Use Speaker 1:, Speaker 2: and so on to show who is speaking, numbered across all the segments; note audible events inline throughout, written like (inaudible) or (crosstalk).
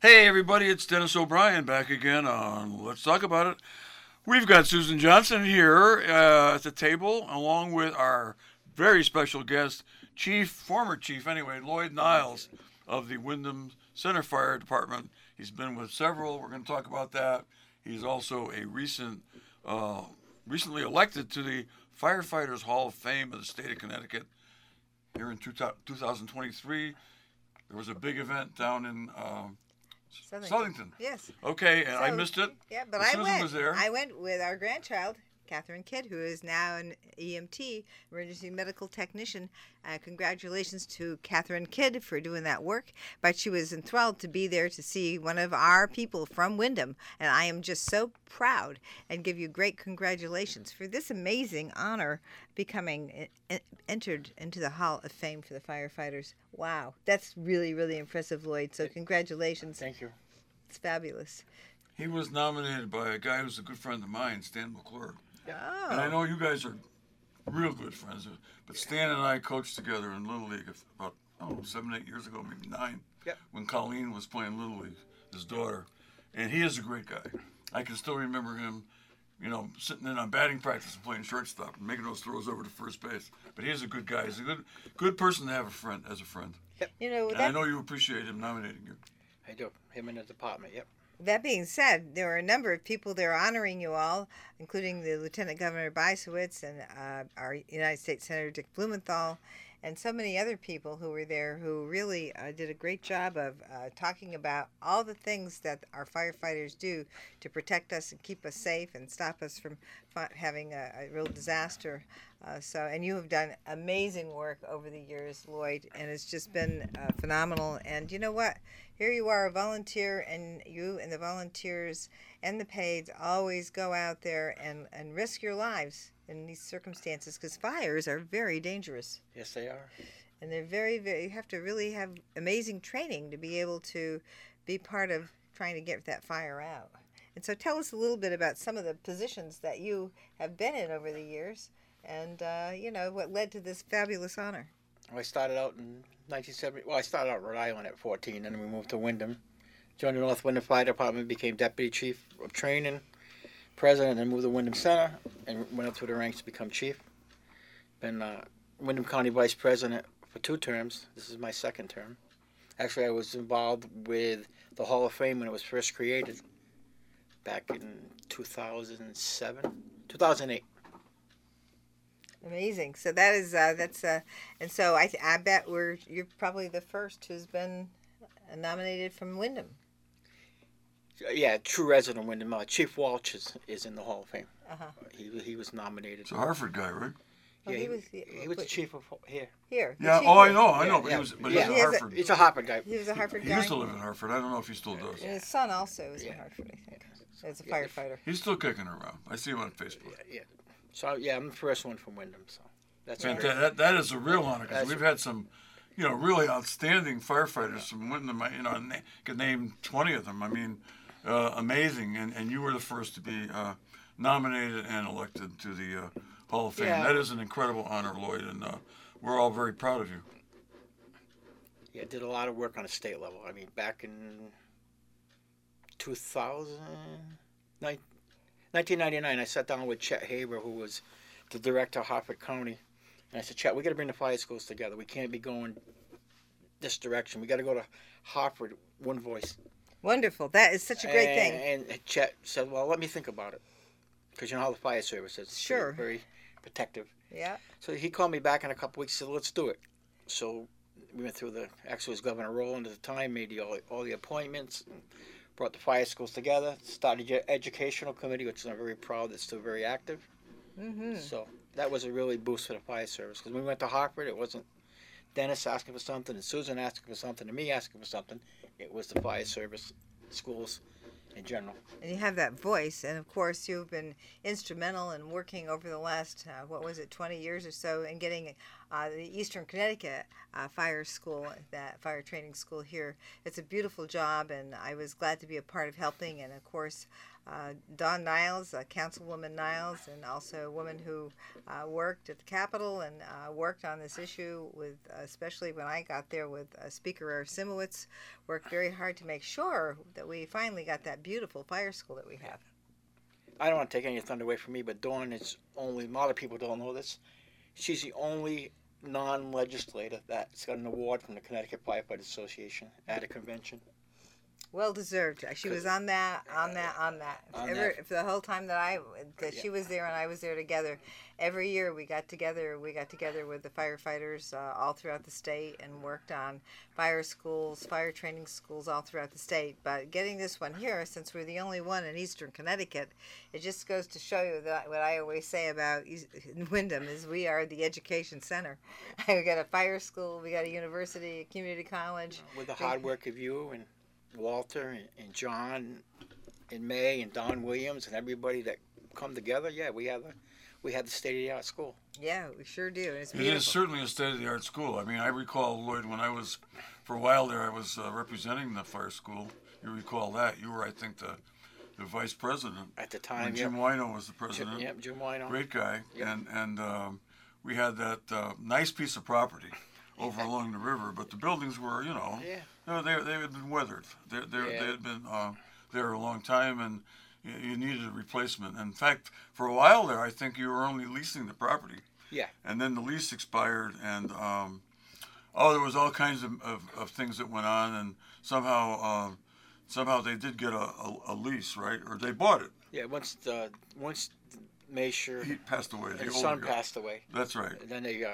Speaker 1: Hey, everybody, it's Dennis O'Brien back again on Let's Talk About It. We've got Susan Johnson here uh, at the table, along with our very special guest, Chief, former Chief anyway, Lloyd Niles of the Wyndham Center Fire Department. He's been with several. We're going to talk about that. He's also a recent, uh, recently elected to the Firefighters Hall of Fame of the state of Connecticut here in two, 2023. There was a big event down in. Uh,
Speaker 2: Southington.
Speaker 1: Southington.
Speaker 2: Yes.
Speaker 1: Okay, and I
Speaker 2: So-
Speaker 1: missed it.
Speaker 2: Yeah, but
Speaker 1: Well,
Speaker 2: I
Speaker 1: Susan
Speaker 2: went.
Speaker 1: was there.
Speaker 2: I went with our grandchild, Catherine Kidd, who is now an EMT, emergency medical technician. Uh, congratulations to Catherine Kidd for doing that work. But she was enthralled to be there to see one of our people from Wyndham, and I am just so proud and give you great congratulations for this amazing honor, becoming en- entered into the Hall of Fame for the firefighters. Wow, that's really really impressive, Lloyd. So congratulations.
Speaker 3: Thank you.
Speaker 2: It's fabulous.
Speaker 1: He was nominated by a guy who's a good friend of mine, Stan McClure.
Speaker 2: Oh.
Speaker 1: And I know you guys are real good friends, but Stan and I coached together in Little League about oh, seven, eight years ago, maybe nine,
Speaker 3: Yep.
Speaker 1: when Colleen was playing Little League, his daughter. And he is a great guy. I can still remember him, you know, sitting in on batting practice and playing shortstop and making those throws over to first base. But he is a good guy. He's a good, good person to have a friend as a friend.
Speaker 2: You know,
Speaker 1: And
Speaker 2: that,
Speaker 1: I know you appreciate him nominating you.
Speaker 3: I do. Him in his apartment. Yep.
Speaker 2: that being said, there were a number of people there honoring you all, including the Lieutenant Governor Bisowitz and uh, our United States Senator Dick Blumenthal, and so many other people who were there who really uh, did a great job of uh, talking about all the things that our firefighters do to protect us and keep us safe and stop us from fi- having a, a real disaster. Uh, so, and you have done amazing work over the years, Lloyd, and it's just been uh, phenomenal. And you know what? Here you are, a volunteer, and you and the volunteers and the paid always go out there and, and risk your lives in these circumstances because fires are very dangerous.
Speaker 3: Yes, they are.
Speaker 2: And they're very, very, you have to really have amazing training to be able to be part of trying to get that fire out. And so tell us a little bit about some of the positions that you have been in over the years and, uh, you know, what led to this fabulous honor.
Speaker 3: I started out in 1970. Well, I started out in Rhode Island at 14, and then we moved to Wyndham. Joined the North Wyndham Fire Department, became deputy chief of training, president, and moved to Wyndham Center, and went up through the ranks to become chief. Been uh, Wyndham County vice president for two terms. This is my second term. Actually, I was involved with the Hall of Fame when it was first created, back in 2007, 2008.
Speaker 2: Amazing. So that is, uh, that's, uh, and so I, I bet we're, you're probably the first who's been nominated from Wyndham.
Speaker 3: Yeah, true resident Wyndham. Uh, Chief Walsh is, is in the Hall of Fame.
Speaker 2: Uh-huh.
Speaker 3: He he was nominated.
Speaker 1: It's a Hartford guy, right?
Speaker 2: Well,
Speaker 3: yeah,
Speaker 2: he
Speaker 3: he
Speaker 2: was
Speaker 3: was
Speaker 2: the-
Speaker 3: he was the chief of here.
Speaker 2: Here. the
Speaker 1: Yeah,
Speaker 2: chief
Speaker 1: oh, I
Speaker 2: was-
Speaker 1: know, I know,
Speaker 3: Yeah,
Speaker 1: but
Speaker 3: yeah.
Speaker 1: he was, but
Speaker 3: Yeah.
Speaker 1: he's
Speaker 2: He
Speaker 1: a
Speaker 2: is a-
Speaker 1: Hartford.
Speaker 3: He's a Hartford guy.
Speaker 2: He was a Hartford
Speaker 1: he
Speaker 2: guy.
Speaker 1: used to live in Hartford. I don't know if he still does.
Speaker 2: And his son also is from Hartford, I think. As a firefighter.
Speaker 1: He's still kicking around. I see him on Facebook.
Speaker 3: So yeah, I'm the first one from Wyndham. So that's
Speaker 1: Man,
Speaker 3: great.
Speaker 1: that, that- that is a real honor because
Speaker 3: That's-
Speaker 1: we've had some, you know, really outstanding firefighters from Wyndham. I- You know, I na- could name 20 of them. I mean, uh, amazing. And, and you were the first to be uh, nominated and elected to the uh, Hall of Fame.
Speaker 3: Yeah.
Speaker 1: That is an incredible honor, Lloyd, and uh, we're all very proud of you.
Speaker 3: Yeah, did a lot of work on a state level. I mean, back in 2000, nine- 1999, I sat down with Chet Haber, who was the director of Hartford County, and I said, Chet, we got to bring the fire schools together. We can't be going this direction. We got to go to Hartford, one voice.
Speaker 2: Wonderful. That is such a great
Speaker 3: and,
Speaker 2: thing.
Speaker 3: And Chet said, "Well, let me think about it, because you know how the fire service is. It's very-
Speaker 2: Sure.
Speaker 3: Very protective."
Speaker 2: Yeah.
Speaker 3: So he called me back in a couple weeks. Said, "Let's do it." So we went through the actually it was Governor Rowland at the time made the, all, all the appointments, and brought the fire schools together, started your educational committee, which I'm very proud that's still very active.
Speaker 2: Mm-hmm.
Speaker 3: So that was a really boost for the fire service because when we went to Hartford, it wasn't Dennis asking for something and Susan asking for something and me asking for something. It was the fire service, schools, in general.
Speaker 2: And you have that voice. And of course, you've been instrumental in working over the last, uh, what was it, 20 years or so, in getting uh, the Eastern Connecticut uh, Fire School, that fire training school here. It's a beautiful job, and I was glad to be a part of helping. And of course, uh, Dawn Niles, uh, Councilwoman Niles, and also a woman who uh, worked at the Capitol and uh, worked on this issue with, especially when I got there with uh, Speaker Simowitz, worked very hard to make sure that we finally got that beautiful fire school that we have.
Speaker 3: I don't want to take any thunder away from me, but Dawn is only, a lot of people don't know this. She's the only non legislator that's got an award from the Connecticut Firefighters Association at a convention.
Speaker 2: Well deserved. She was on that, on that, on that.
Speaker 3: On
Speaker 2: Ever,
Speaker 3: that.
Speaker 2: For the whole time that I, that she was there and I was there together, every year we got together. We got together with the firefighters uh, all throughout the state and worked on fire schools, fire training schools all throughout the state. But getting this one here, since we're the only one in Eastern Connecticut, it just goes to show you that what I always say about Eas- (laughs) Wyndham is we are the education center. (laughs) we got a fire school, we got a university, a community college.
Speaker 3: With the hard work of you and Walter and, and John and May and Don Williams and everybody that come together, yeah, we have a, we have the state of the art school.
Speaker 2: Yeah, we sure do. And it's
Speaker 1: It is
Speaker 2: beautiful.
Speaker 1: certainly a state of the art school. I mean, I recall Lloyd when I was, for a while there, I was uh, representing the fire school. You recall that you were, I think, the, the vice president
Speaker 3: At the
Speaker 1: when
Speaker 3: time,
Speaker 1: Jim
Speaker 3: yep,
Speaker 1: Wino was the
Speaker 3: Jim,
Speaker 1: president.
Speaker 3: yep, Jim Wino.
Speaker 1: Great guy,
Speaker 3: Yep.
Speaker 1: and and um, we had that uh, nice piece of property over along the river, but the buildings were, you know,
Speaker 3: Yeah.
Speaker 1: no, they they had been weathered. They they
Speaker 3: Yeah.
Speaker 1: they had been uh, there a long time, and you, you needed a replacement. In fact, for a while there, I think you were only leasing the property
Speaker 3: Yeah.
Speaker 1: and then the lease expired and um, oh there was all kinds of, of, of things that went on and somehow um, somehow they did get a, a, a lease right or they bought it
Speaker 3: Yeah, once the once Major
Speaker 1: he passed away the
Speaker 3: and his
Speaker 1: older
Speaker 3: son
Speaker 1: guy.
Speaker 3: passed away,
Speaker 1: that's right
Speaker 3: and then they uh,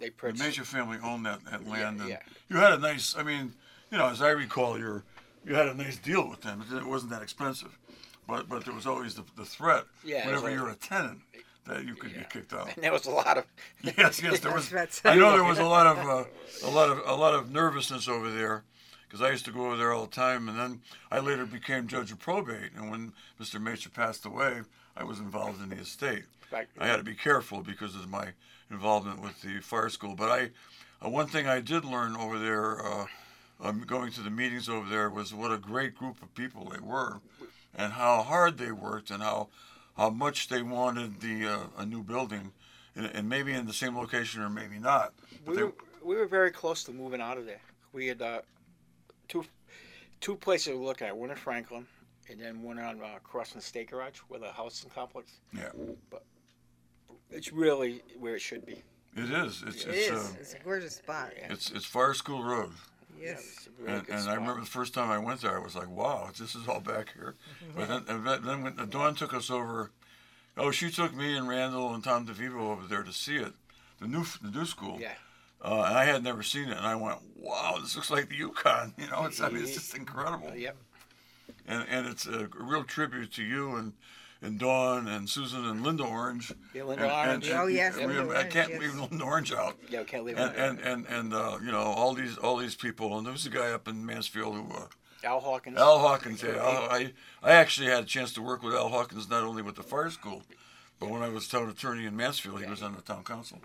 Speaker 3: they
Speaker 1: the
Speaker 3: purchased.
Speaker 1: major family owned that, that land and
Speaker 3: yeah.
Speaker 1: you had a nice i mean you know as i recall your you had a nice deal with them it wasn't that expensive but but there was always the, the threat
Speaker 3: Yeah, it was
Speaker 1: whenever
Speaker 3: like-
Speaker 1: you're a tenant that you could get kicked
Speaker 3: (laughs)
Speaker 1: out
Speaker 3: (laughs) and there was a lot of
Speaker 1: Yes, yes, there
Speaker 3: (laughs)
Speaker 1: was.
Speaker 2: That's
Speaker 1: I
Speaker 2: right.
Speaker 1: know there was a lot of uh, a lot of a lot of nervousness over there, because I used to go over there all the time, and then I later became judge of probate, and when Mr. Macher passed away, I was involved in the estate.
Speaker 3: Right.
Speaker 1: I had to be careful because of my involvement with the fire school. But I, uh, one thing I did learn over there, uh, um, going to the meetings over there, was what a great group of people they were, and how hard they worked, and how how much they wanted the uh, a new building, and, and maybe in the same location or maybe not. But
Speaker 3: we
Speaker 1: they,
Speaker 3: were, we were very close to moving out of there. We had uh, two two places we were looking at. One in Franklin, and then one on uh, across from the State Garage, with a housing complex.
Speaker 1: Yeah.
Speaker 3: but it's really where it should be.
Speaker 1: it is. It's
Speaker 2: It
Speaker 1: it's
Speaker 2: is.
Speaker 1: Uh,
Speaker 2: it's a gorgeous spot.
Speaker 1: it's it's Fire School Road,
Speaker 3: Yeah,
Speaker 2: Yes.
Speaker 3: it's a really
Speaker 1: and,
Speaker 3: good
Speaker 1: and I
Speaker 3: spot.
Speaker 1: remember the first time I went there, I was like, "Wow, this is all back here."
Speaker 3: Mm-hmm.
Speaker 1: But then, and then- then when Dawn took us over, oh, she took me and Randall and Tom DeVivo over there to see it, the new the new school.
Speaker 3: Yeah,
Speaker 1: Uh, and I had never seen it, and I went, "Wow, this looks like the Yukon." (laughs) You know, it's I mean, it's just incredible.
Speaker 3: yep.
Speaker 1: and and it's a real tribute to you and and Dawn and Susan and Linda Orange.
Speaker 3: Yeah, Linda
Speaker 1: And- and-
Speaker 3: Orange.
Speaker 1: and-
Speaker 2: Oh, yes,
Speaker 1: and we-
Speaker 2: Linda
Speaker 1: I can't
Speaker 2: Orange,
Speaker 1: leave (laughs)
Speaker 2: yes.
Speaker 1: Linda Orange out.
Speaker 3: Yeah, we can't leave.
Speaker 1: And
Speaker 3: it.
Speaker 1: and and, and uh, you know all these all these people and there was a guy up in Mansfield who uh,
Speaker 3: Al Hawkins.
Speaker 1: Al Hawkins. Yeah, Al, I I actually had a chance to work with Al Hawkins not only with the fire school, but when I was town attorney in Mansfield, he was on the town council.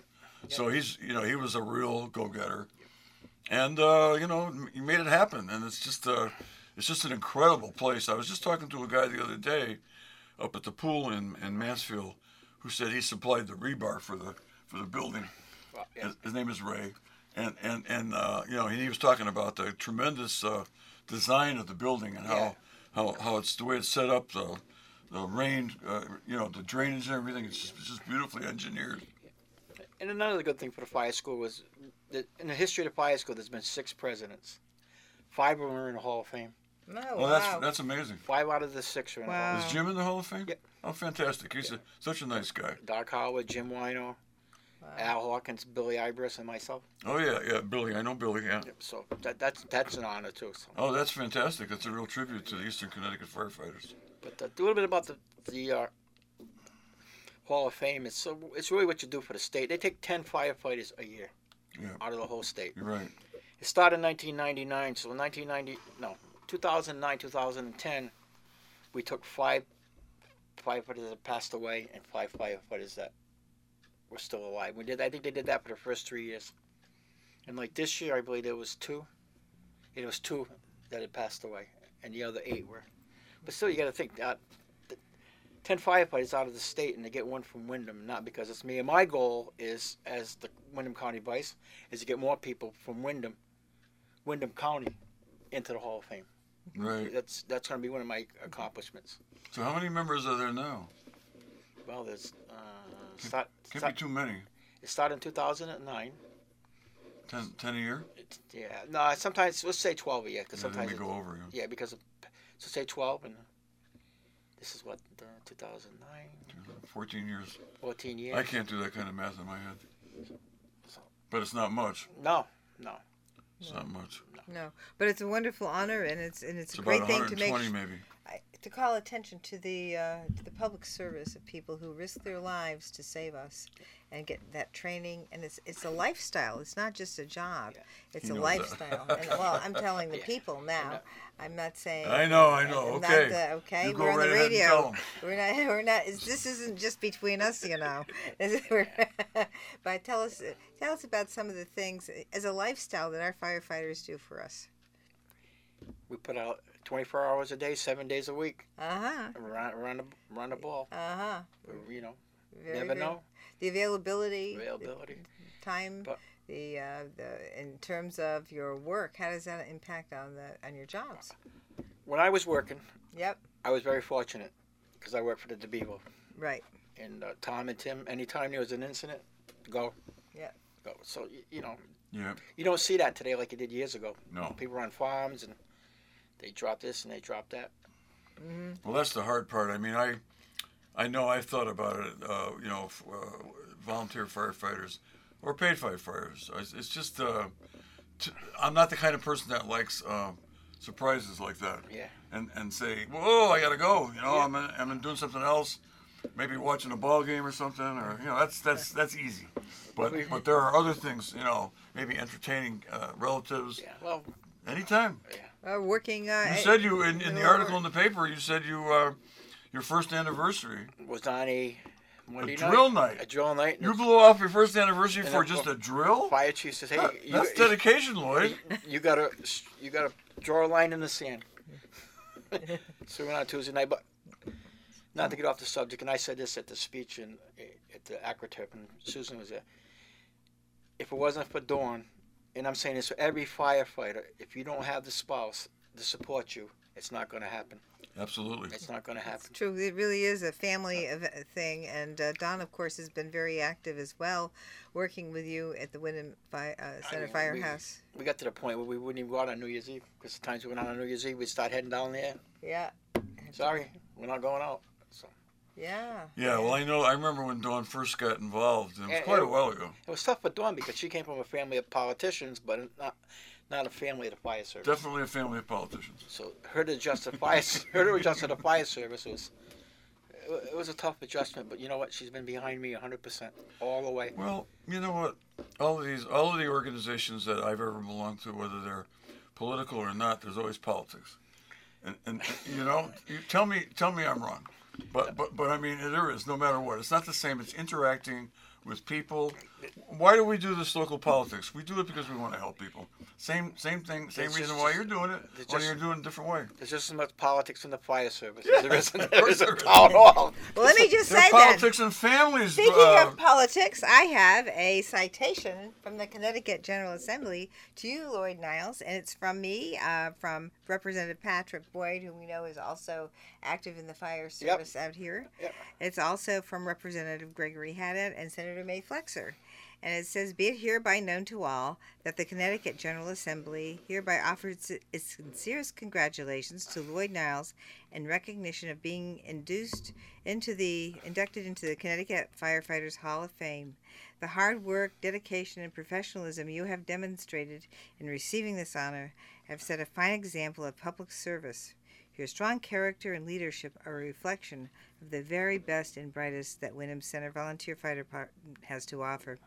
Speaker 1: So he's you know he was a real go getter, and uh, you know he made it happen. And it's just uh, it's just an incredible place. I was just talking to a guy the other day, up at the pool in, in Mansfield, who said he supplied the rebar for the for the building.
Speaker 3: Well, yeah.
Speaker 1: His, his name is Ray, and and and uh, you know, and he was talking about the tremendous uh, design of the building and how how, how it's the way it's set up, the the rain, uh, you know, the drainage and everything. It's just, it's just beautifully engineered.
Speaker 3: And another good thing for the fire school was that in the history of the fire school, there's been six presidents. Five of them are in the Hall of Fame.
Speaker 2: No,
Speaker 1: Well,
Speaker 2: Oh, wow.
Speaker 1: that's that's amazing.
Speaker 3: Five out of the six are in the Hall of
Speaker 2: Wow.
Speaker 3: Fame.
Speaker 1: Is Jim in the Hall of Fame?
Speaker 3: Yeah.
Speaker 1: Oh, fantastic! He's a, such a nice guy.
Speaker 3: Doc Howard, Jim Wino, Al Hawkins, Billy Ibris, and myself.
Speaker 1: Oh yeah, yeah, Billy. I know Billy. Yeah.
Speaker 3: So that, that's that's an honor too. So.
Speaker 1: Oh, that's fantastic. That's a real tribute to the Eastern Connecticut firefighters.
Speaker 3: But uh, a little bit about the the uh, Hall of Fame. It's so it's really what you do for the state. They take ten firefighters a year
Speaker 1: Yeah.
Speaker 3: out of the whole state.
Speaker 1: You're right.
Speaker 3: It started in 1999. So in 1990, no, 2009, 2010, we took five firefighters that passed away and five firefighters that were still alive. We did. I think they did that for the first three years. And like this year, I believe there was two. It was two that had passed away, and the other eight were. But still, you got to think that the ten firefighters out of the state, and to get one from Wyndham, not because it's me. And my goal is, as the Wyndham County Vice, is to get more people from Wyndham, Wyndham County, into the Hall of Fame.
Speaker 1: Right.
Speaker 3: That's that's going to be one of my accomplishments.
Speaker 1: So how many members are there now?
Speaker 3: Well, there's uh, start,
Speaker 1: Can't
Speaker 3: start,
Speaker 1: be too many.
Speaker 3: it started in 2009.
Speaker 1: Ten, ten a year?
Speaker 3: It's, yeah, no, sometimes let's say 12 a year because
Speaker 1: Yeah, then
Speaker 3: sometimes
Speaker 1: we
Speaker 3: it-
Speaker 1: go over. yeah.
Speaker 3: Yeah, because of, so say 12 and this is what the 2009,
Speaker 1: 14 years.
Speaker 3: 14 years.
Speaker 1: I can't do that kind of math in my head.
Speaker 3: So-
Speaker 1: But it's not much.
Speaker 3: No, no.
Speaker 1: It's not much.
Speaker 2: No, but it's a wonderful honor, and it's and it's,
Speaker 1: It's
Speaker 2: a
Speaker 1: about
Speaker 2: great thing to make
Speaker 1: 120 maybe.
Speaker 2: I- to call attention to the uh, to the public service of people who risk their lives to save us and get that training and it's it's a lifestyle it's not just a job
Speaker 3: Yeah.
Speaker 2: it's
Speaker 1: He
Speaker 2: a
Speaker 1: knows
Speaker 2: lifestyle and well
Speaker 1: (laughs)
Speaker 2: I'm telling the
Speaker 3: Yeah.
Speaker 2: people now I'm not saying
Speaker 1: I know, I know.
Speaker 2: I'm not
Speaker 1: Okay.
Speaker 2: the- okay
Speaker 1: You go
Speaker 2: we're on
Speaker 1: right
Speaker 2: the
Speaker 1: ahead and tell
Speaker 2: radio
Speaker 1: 'em.
Speaker 2: we're not (laughs) we're not it's- this isn't just between us you know (laughs) This is- we're- (laughs) but tell us tell us about some of the things uh, as a lifestyle that our firefighters do for us
Speaker 3: We put out 24 hours a day, seven days a week,
Speaker 2: uh huh
Speaker 3: around, around, the, around the ball.
Speaker 2: uh huh
Speaker 3: Or, You know,
Speaker 2: Very
Speaker 3: never
Speaker 2: good.
Speaker 3: know.
Speaker 2: the availability
Speaker 3: Availability.
Speaker 2: time
Speaker 3: But-
Speaker 2: the uh, the in terms of your work how does that impact on the on your jobs
Speaker 3: When I was working,
Speaker 2: yep
Speaker 3: I was very fortunate because I worked for the DeBevo.
Speaker 2: right
Speaker 3: And uh, Tom and Tim, anytime there was an incident, go.
Speaker 2: Yeah.
Speaker 3: Go. So, y- you know,
Speaker 1: Yeah.
Speaker 3: you don't see that today like you did years ago.
Speaker 1: No.
Speaker 3: People on farms and they drop this and they drop that.
Speaker 1: Well, that's the hard part. I mean, I, I know I've thought about it. Uh, you know, f- uh, volunteer firefighters or paid firefighters. I- It's just uh, t- I'm not the kind of person that likes uh, surprises like that.
Speaker 3: Yeah.
Speaker 1: And and say, whoa, I gotta go. You know,
Speaker 3: Yeah.
Speaker 1: I'm in, I'm doing something else. Maybe watching a ball game or something, or you know, that's that's that's easy. But
Speaker 3: We-
Speaker 1: but there are other things. You know, maybe entertaining uh, relatives
Speaker 3: Yeah. Well,
Speaker 1: anytime.
Speaker 2: uh, working uh,
Speaker 1: You
Speaker 2: eh,
Speaker 1: said you in, in the
Speaker 2: Well,
Speaker 1: article in the paper. You said you uh, your first anniversary.
Speaker 3: was on a Monday
Speaker 1: A
Speaker 3: night.
Speaker 1: drill night.
Speaker 3: A drill night.
Speaker 1: You
Speaker 3: and
Speaker 1: blew off your first anniversary
Speaker 3: And
Speaker 1: for
Speaker 3: I-
Speaker 1: just a
Speaker 3: the
Speaker 1: drill.
Speaker 3: fire chief says, "Hey,
Speaker 1: That-
Speaker 3: you,
Speaker 1: That's
Speaker 3: you,
Speaker 1: dedication, Lloyd.
Speaker 3: you gotta, you gotta draw a line in the sand." (laughs) so we went on Tuesday night, but not to get off the subject. And I said this at the speech in at the Acroturf, and Susan was there. If it wasn't for Dawn, and I'm saying this for every firefighter, if you don't have the spouse to support you, it's not going to happen.
Speaker 1: Absolutely.
Speaker 3: It's not going to happen.
Speaker 2: it's true it really is a family of a thing and uh, don of course has been very active as well working with you at the wyndham Fi uh, center
Speaker 3: mean, we-
Speaker 2: firehouse
Speaker 3: We got to the point where we wouldn't even go out on New Year's Eve because the times we went out on New Year's Eve, we'd start heading down there.
Speaker 2: yeah
Speaker 3: Sorry, we're not going out.
Speaker 2: yeah
Speaker 1: Yeah. Well, I know. I remember when Dawn first got involved. And it was
Speaker 3: And-
Speaker 1: quite a
Speaker 3: and-
Speaker 1: while ago.
Speaker 3: It was tough for Dawn because she came from a family of politicians, but not not a family of the fire service.
Speaker 1: Definitely a family of politicians.
Speaker 3: So her to adjust the fire, (laughs) her to adjust to the fire service was it wa- it was a tough adjustment. But you know what? She's been behind me 100 percent all the way.
Speaker 1: Well, you know what? All of these, all of the organizations that I've ever belonged to, whether they're political or not, there's always politics. And, and you know, you tell me, tell me I'm wrong, but but but I mean, there is no matter what. It's not the same. It's interacting with people. Why do we do this local politics? We do it because we want to help people. Same same thing. Same
Speaker 3: It's
Speaker 1: reason
Speaker 3: just-
Speaker 1: why you're doing it.
Speaker 3: it's
Speaker 1: Why
Speaker 3: just-
Speaker 1: you're doing it a different way.
Speaker 3: There's just as much politics in the fire service as there is in,
Speaker 1: of
Speaker 3: there
Speaker 1: course
Speaker 3: is in
Speaker 1: there is.
Speaker 3: town hall.
Speaker 2: well let me just
Speaker 1: There's
Speaker 2: say that
Speaker 1: politics and families.
Speaker 2: Speaking
Speaker 1: uh,
Speaker 2: of politics, I have a citation from the Connecticut General Assembly to you, Lloyd Niles, and it's from me, uh, from Representative Patrick Boyd, who we know is also active in the fire service out here.
Speaker 3: Yep.
Speaker 2: It's also from Representative Gregory Haddad and Senator May Flexer. And it says, Be it hereby known to all that the Connecticut General Assembly hereby offers its sincerest congratulations to Lloyd Niles in recognition of being induced into the inducted into the Connecticut Firefighters Hall of Fame. The hard work, dedication, and professionalism you have demonstrated in receiving this honor have set a fine example of public service. Your strong character and leadership are a reflection of the very best and brightest that Wyndham Center Volunteer Fighter Department has to offer.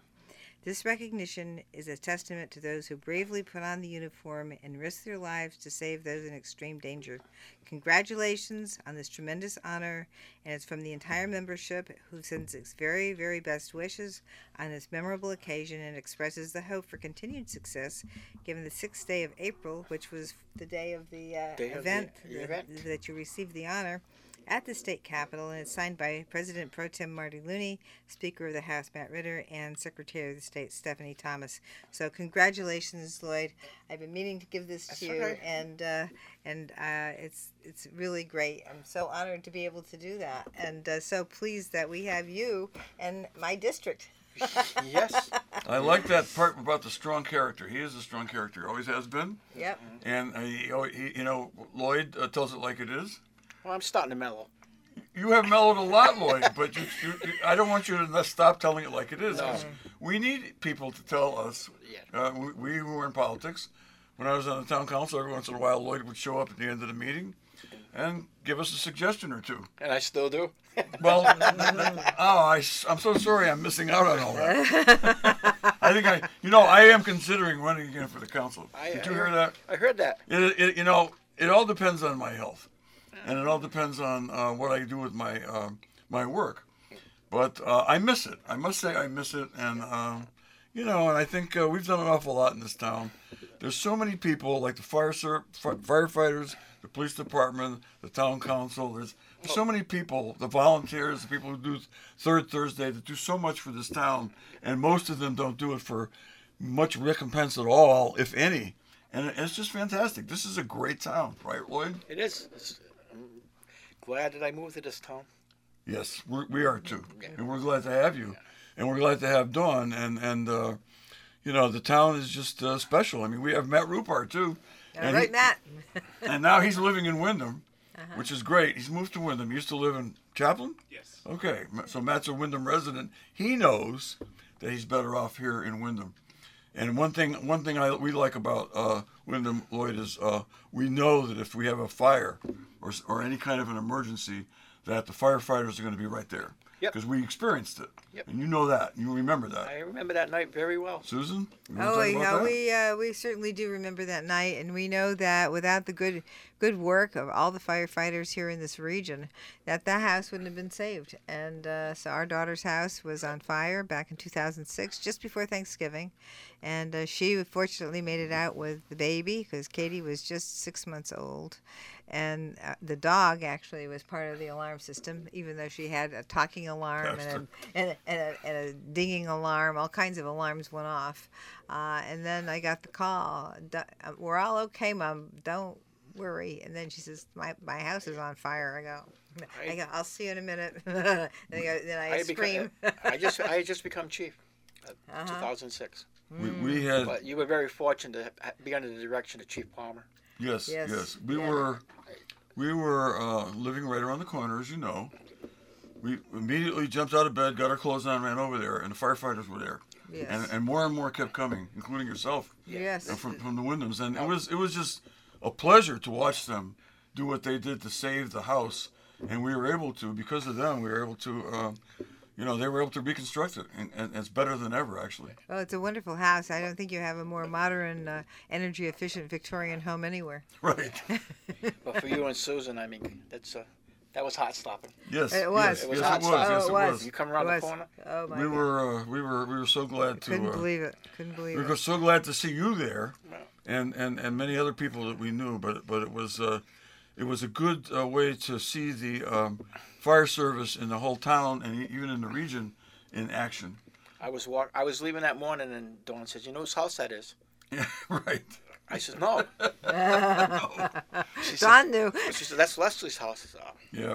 Speaker 2: This recognition is a testament to those who bravely put on the uniform and risk their lives to save those in extreme danger. Congratulations on this tremendous honor, and it's from the entire membership who sends its very, very best wishes on this memorable occasion and expresses the hope for continued success given the sixth day of April, which was the day of the uh,
Speaker 3: Day of the-
Speaker 2: event,
Speaker 3: the event.
Speaker 2: that you received the honor at the state capitol and it's signed by President Pro Tem Marty Looney, Speaker of the House Matt Ritter, and Secretary of the State Stephanie Thomas. So congratulations, Lloyd. I've been meaning to give this
Speaker 3: That's
Speaker 2: to you,
Speaker 3: okay.
Speaker 2: and uh, and uh, it's it's really great. I'm so honored to be able to do that, and uh, so pleased that we have you and my district.
Speaker 3: yes.
Speaker 1: I like that part about the strong character. He is a strong character, always has been.
Speaker 2: Yep.
Speaker 1: And uh, he, oh, he, you know, Lloyd uh, tells it like it is.
Speaker 3: Well, I'm starting to mellow.
Speaker 1: You have mellowed a lot, Lloyd, but you, you, you- I don't want you to not stop telling it like it is. 'cause We need people to tell us.
Speaker 3: Yeah.
Speaker 1: Uh, we, we who were in politics, when I was on the town council, every once in a while Lloyd would show up at the end of the meeting and give us a suggestion or two.
Speaker 3: And I still do.
Speaker 1: Well, (laughs) oh, I, am so sorry I'm missing out on all that.
Speaker 3: (laughs)
Speaker 1: I think I, you know, I am considering running again for the council.
Speaker 3: I-
Speaker 1: Did
Speaker 3: I
Speaker 1: you hear that?
Speaker 3: I heard that.
Speaker 1: It, it, you know, it all depends on my health, and it all depends on uh, what I do with my uh, my work. But uh, I miss it. I must say, I miss it, and um you know, and I think uh, we've done an awful lot in this town. There's so many people, like the fire ser- fi- firefighters, the police department, the town council. There's so many people, the volunteers, the people who do Third Thursday, that do so much for this town, and most of them don't do it for much recompense at all, if any. And it- it's just fantastic. This is a great town, right, Lloyd?
Speaker 3: It is. It's- I'm glad that I moved to this town.
Speaker 1: Yes, we're, we are too, and we're glad to have you, and we're glad to have Dawn, and and uh, you know the town is just uh, special. I mean, we have Matt Rupar too,
Speaker 2: All
Speaker 1: and,
Speaker 2: right, Matt.
Speaker 1: he- and now he's living in Wyndham, which is great. He's moved to Wyndham. He used to live in Chaplin.
Speaker 4: Yes.
Speaker 1: Okay, Ma- so Matt's a Wyndham resident. He knows that he's better off here in Wyndham. And one thing, one thing I, we like about uh, Wyndham Lloyd is uh, we know that if we have a fire or, s- or any kind of an emergency, that the firefighters are going to be right there.
Speaker 3: Yep.
Speaker 1: Because we experienced it.
Speaker 3: Yep.
Speaker 1: And you know that. You remember that.
Speaker 3: I remember that night very well.
Speaker 1: Susan? You wanna
Speaker 2: Oh,
Speaker 1: talk
Speaker 2: you
Speaker 1: about
Speaker 2: know,
Speaker 1: that?
Speaker 2: we uh, we certainly do remember that night, and we know that without the good good work of all the firefighters here in this region, that that house wouldn't have been saved. And uh, so our daughter's house was on fire back in 2006, just before Thanksgiving, and uh, she fortunately made it out with the baby because Katie was just six months old, and uh, the dog actually was part of the alarm system, even though she had a talking alarm and a and a, and, a, and a dinging alarm. All kinds of alarms went off. Uh, and then I got the call. "Du- uh, We're all okay, Mom. Don't worry. And then she says, my, my house is on fire. I go, I,
Speaker 3: I-
Speaker 2: go I'll see you in a minute. (laughs) and I go, then I,
Speaker 3: I, had
Speaker 2: scream.
Speaker 3: Become, uh, I just I had just become chief, uh,
Speaker 2: Uh-huh.
Speaker 3: 2006.
Speaker 1: we, we had
Speaker 3: But you were very fortunate to ha- ha- be under the direction of Chief Palmer.
Speaker 1: Yes,
Speaker 2: Yes,
Speaker 1: yes. We
Speaker 2: yeah.
Speaker 1: were we were uh, living right around the corner, as you know. We immediately jumped out of bed, got our clothes on, ran over there, and the firefighters were there.
Speaker 2: Yes.
Speaker 1: And, and more and more kept coming, including yourself
Speaker 2: (laughs) yes.
Speaker 1: uh, from, from the Wyndhams. And it was it was just a pleasure to watch them do what they did to save the house. And we were able to, because of them, we were able to, uh, you know, they were able to reconstruct it. And, and it's better than ever, actually.
Speaker 2: Oh, it's a wonderful house. I don't think you have a more modern, uh, energy efficient Victorian home anywhere.
Speaker 1: Right.
Speaker 3: But for you and Susan, I mean, that's uh, that was hot stopping.
Speaker 1: Yes.
Speaker 2: It was.
Speaker 1: Yes,
Speaker 3: It was
Speaker 1: yes,
Speaker 3: hot
Speaker 1: it was. Yes,
Speaker 3: stuff.
Speaker 2: oh,
Speaker 1: it
Speaker 2: it
Speaker 1: was.
Speaker 3: You come around
Speaker 2: It
Speaker 3: the
Speaker 2: was.
Speaker 3: corner?
Speaker 2: Oh, my
Speaker 1: we
Speaker 2: God.
Speaker 1: were uh, we were we were so glad to
Speaker 2: Couldn't
Speaker 1: uh,
Speaker 2: believe it. Couldn't believe
Speaker 1: we
Speaker 2: it.
Speaker 1: were so glad to see you there
Speaker 3: Wow.
Speaker 1: and, and, and many other people that we knew but but it was uh, it was a good uh, way to see the um, fire service in the whole town and e- even in the region in action (laughs)
Speaker 3: I was walk. I was leaving that morning, and Dawn says, "You know whose house that is?"
Speaker 1: yeah, right
Speaker 3: I said, "No."
Speaker 1: (laughs)
Speaker 2: (laughs)
Speaker 3: she, said,
Speaker 2: Don knew.
Speaker 3: she said, "That's Leslie's house." I said, "Oh."
Speaker 1: yeah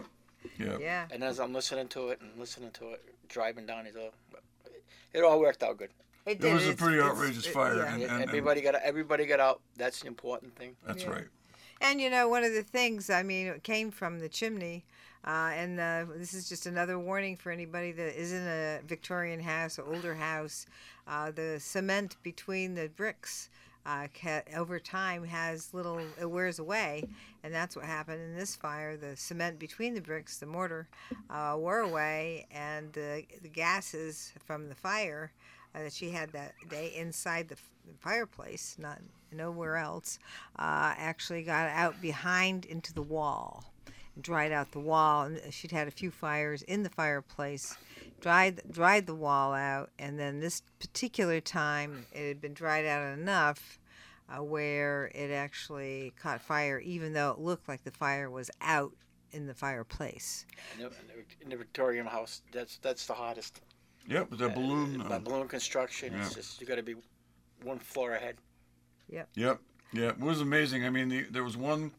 Speaker 1: yeah
Speaker 2: Yeah.
Speaker 3: And as I'm listening to it and listening to it, driving down his, it all worked out good.
Speaker 2: It,
Speaker 1: It
Speaker 2: did.
Speaker 1: was a
Speaker 2: It's-
Speaker 1: pretty
Speaker 2: it's-
Speaker 1: outrageous
Speaker 2: it-
Speaker 1: fire,
Speaker 2: yeah.
Speaker 1: and-
Speaker 3: And everybody got everybody got out. That's the important thing.
Speaker 1: that's
Speaker 2: Yeah.
Speaker 1: right
Speaker 2: And you know, one of the things, I mean, it came from the chimney. Uh, and uh, this is just another warning for anybody that is in a Victorian house or older house. Uh, the cement between the bricks uh, ca- over time has little, it wears away. And that's what happened in this fire. The cement between the bricks, the mortar, uh, wore away, and the, the gases from the fire uh, that she had that day inside the, f- the fireplace, not nowhere else, uh, actually got out behind into the wall, dried out the wall, and uh, she'd had a few fires in the fireplace, dried dried the wall out, and then this particular time it had been dried out enough. Uh, where it actually caught fire, even though it looked like the fire was out in the fireplace.
Speaker 3: In the, in the- in the Victorian house, that's that's the hottest.
Speaker 1: Yep, with the
Speaker 3: Uh,
Speaker 1: balloon.
Speaker 3: by
Speaker 1: uh,
Speaker 3: balloon construction, it's
Speaker 1: Yeah.
Speaker 3: just you got to be one floor ahead.
Speaker 1: Yep. Yeah, it was amazing. I mean, the, there was one,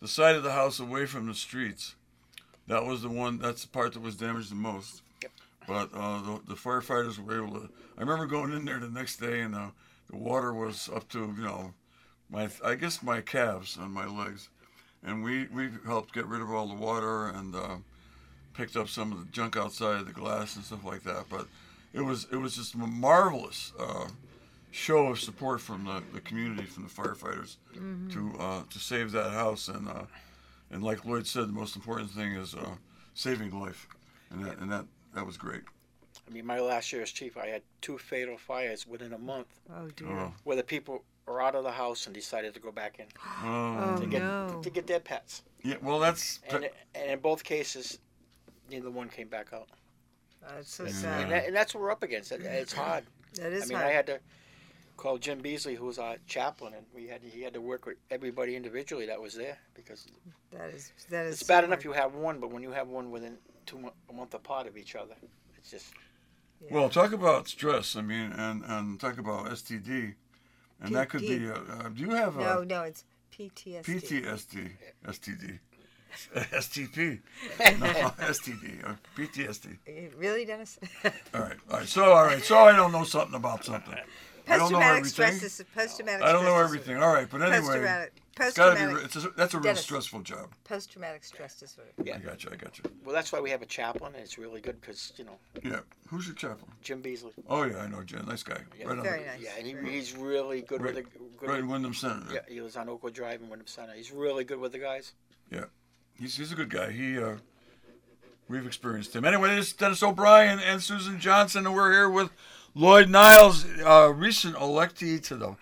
Speaker 1: the side of the house away from the streets. That was the one. That's the part that was damaged the most.
Speaker 3: Yep.
Speaker 1: But uh, the, the firefighters were able to. I remember going in there the next day, and uh, the water was up to you know, my I guess my calves and my legs, and we we helped get rid of all the water and uh, picked up some of the junk outside of the glass and stuff like that. But it was it was just marvelous. Uh, show of support from the, the community, from the firefighters,
Speaker 2: Mm-hmm.
Speaker 1: to uh, to save that house. And uh, and like Lloyd said, the most important thing is uh, saving life, and that and that that was great.
Speaker 3: I mean, my last year as chief, I had two fatal fires within a month
Speaker 2: Oh dear.
Speaker 1: Oh,
Speaker 3: where the people were out of the house and decided to go back in
Speaker 1: oh.
Speaker 3: to get
Speaker 2: No.
Speaker 3: to get their pets.
Speaker 1: yeah. Well, that's
Speaker 3: And, and in both cases, neither one came back out.
Speaker 2: Oh, it's so
Speaker 1: Yeah.
Speaker 2: sad.
Speaker 3: And, that, and that's what we're up against. It- It's hard.
Speaker 2: That is
Speaker 3: I mean,
Speaker 2: hard.
Speaker 3: I had to call Jim Beasley, who was our chaplain, and we had he had to work with everybody individually that was there because
Speaker 2: that is that is.
Speaker 3: it's bad
Speaker 2: hard.
Speaker 3: enough you have one, but when you have one within two mo- a month apart of each other, it's just
Speaker 1: well. Talk about stress. I mean, and and talk about STD, and that could be.
Speaker 2: PD.
Speaker 1: Uh, uh, do you have
Speaker 2: No,
Speaker 1: a
Speaker 2: no, it's PTSD.
Speaker 1: PTSD,
Speaker 2: (laughs)
Speaker 1: STD, STP, no, (laughs) STD, or PTSD?
Speaker 2: Eh, Really, (laughs) Dennis?
Speaker 1: All right, all right. So, all right. So, I don't know something about something. I don't know
Speaker 2: Post-traumatic
Speaker 1: everything.
Speaker 2: stress is post-traumatic.
Speaker 1: I don't know
Speaker 2: stress
Speaker 1: everything. All right, but anyway,
Speaker 2: Post-traumatic.
Speaker 1: it's got to
Speaker 2: Post-traumatic.
Speaker 1: be. It's a, that's a real
Speaker 2: Dennis.
Speaker 1: stressful job.
Speaker 2: Post-traumatic stress disorder.
Speaker 1: I
Speaker 3: Yeah.
Speaker 1: got you. I got you.
Speaker 3: well. That's why we have a chaplain, and it's really good because you know
Speaker 1: Yeah. Who's your chaplain?
Speaker 3: Jim Beasley.
Speaker 1: Oh yeah, I know Jen. Nice guy.
Speaker 3: Yeah.
Speaker 1: Right on.
Speaker 2: Very
Speaker 1: the
Speaker 2: nice.
Speaker 3: Yeah, and he,
Speaker 2: Very nice.
Speaker 3: he's really good with the
Speaker 1: Right,
Speaker 3: good
Speaker 1: right in Wyndham Center.
Speaker 3: Yeah, he was on Oakwood Drive in Wyndham Center. He's really good with the guys.
Speaker 1: He's he's a good guy. He. Uh, We've experienced him. Anyway, this is Dennis O'Brien and Susan Johnson, and we're here with Lloyd Niles, uh, recent electee to the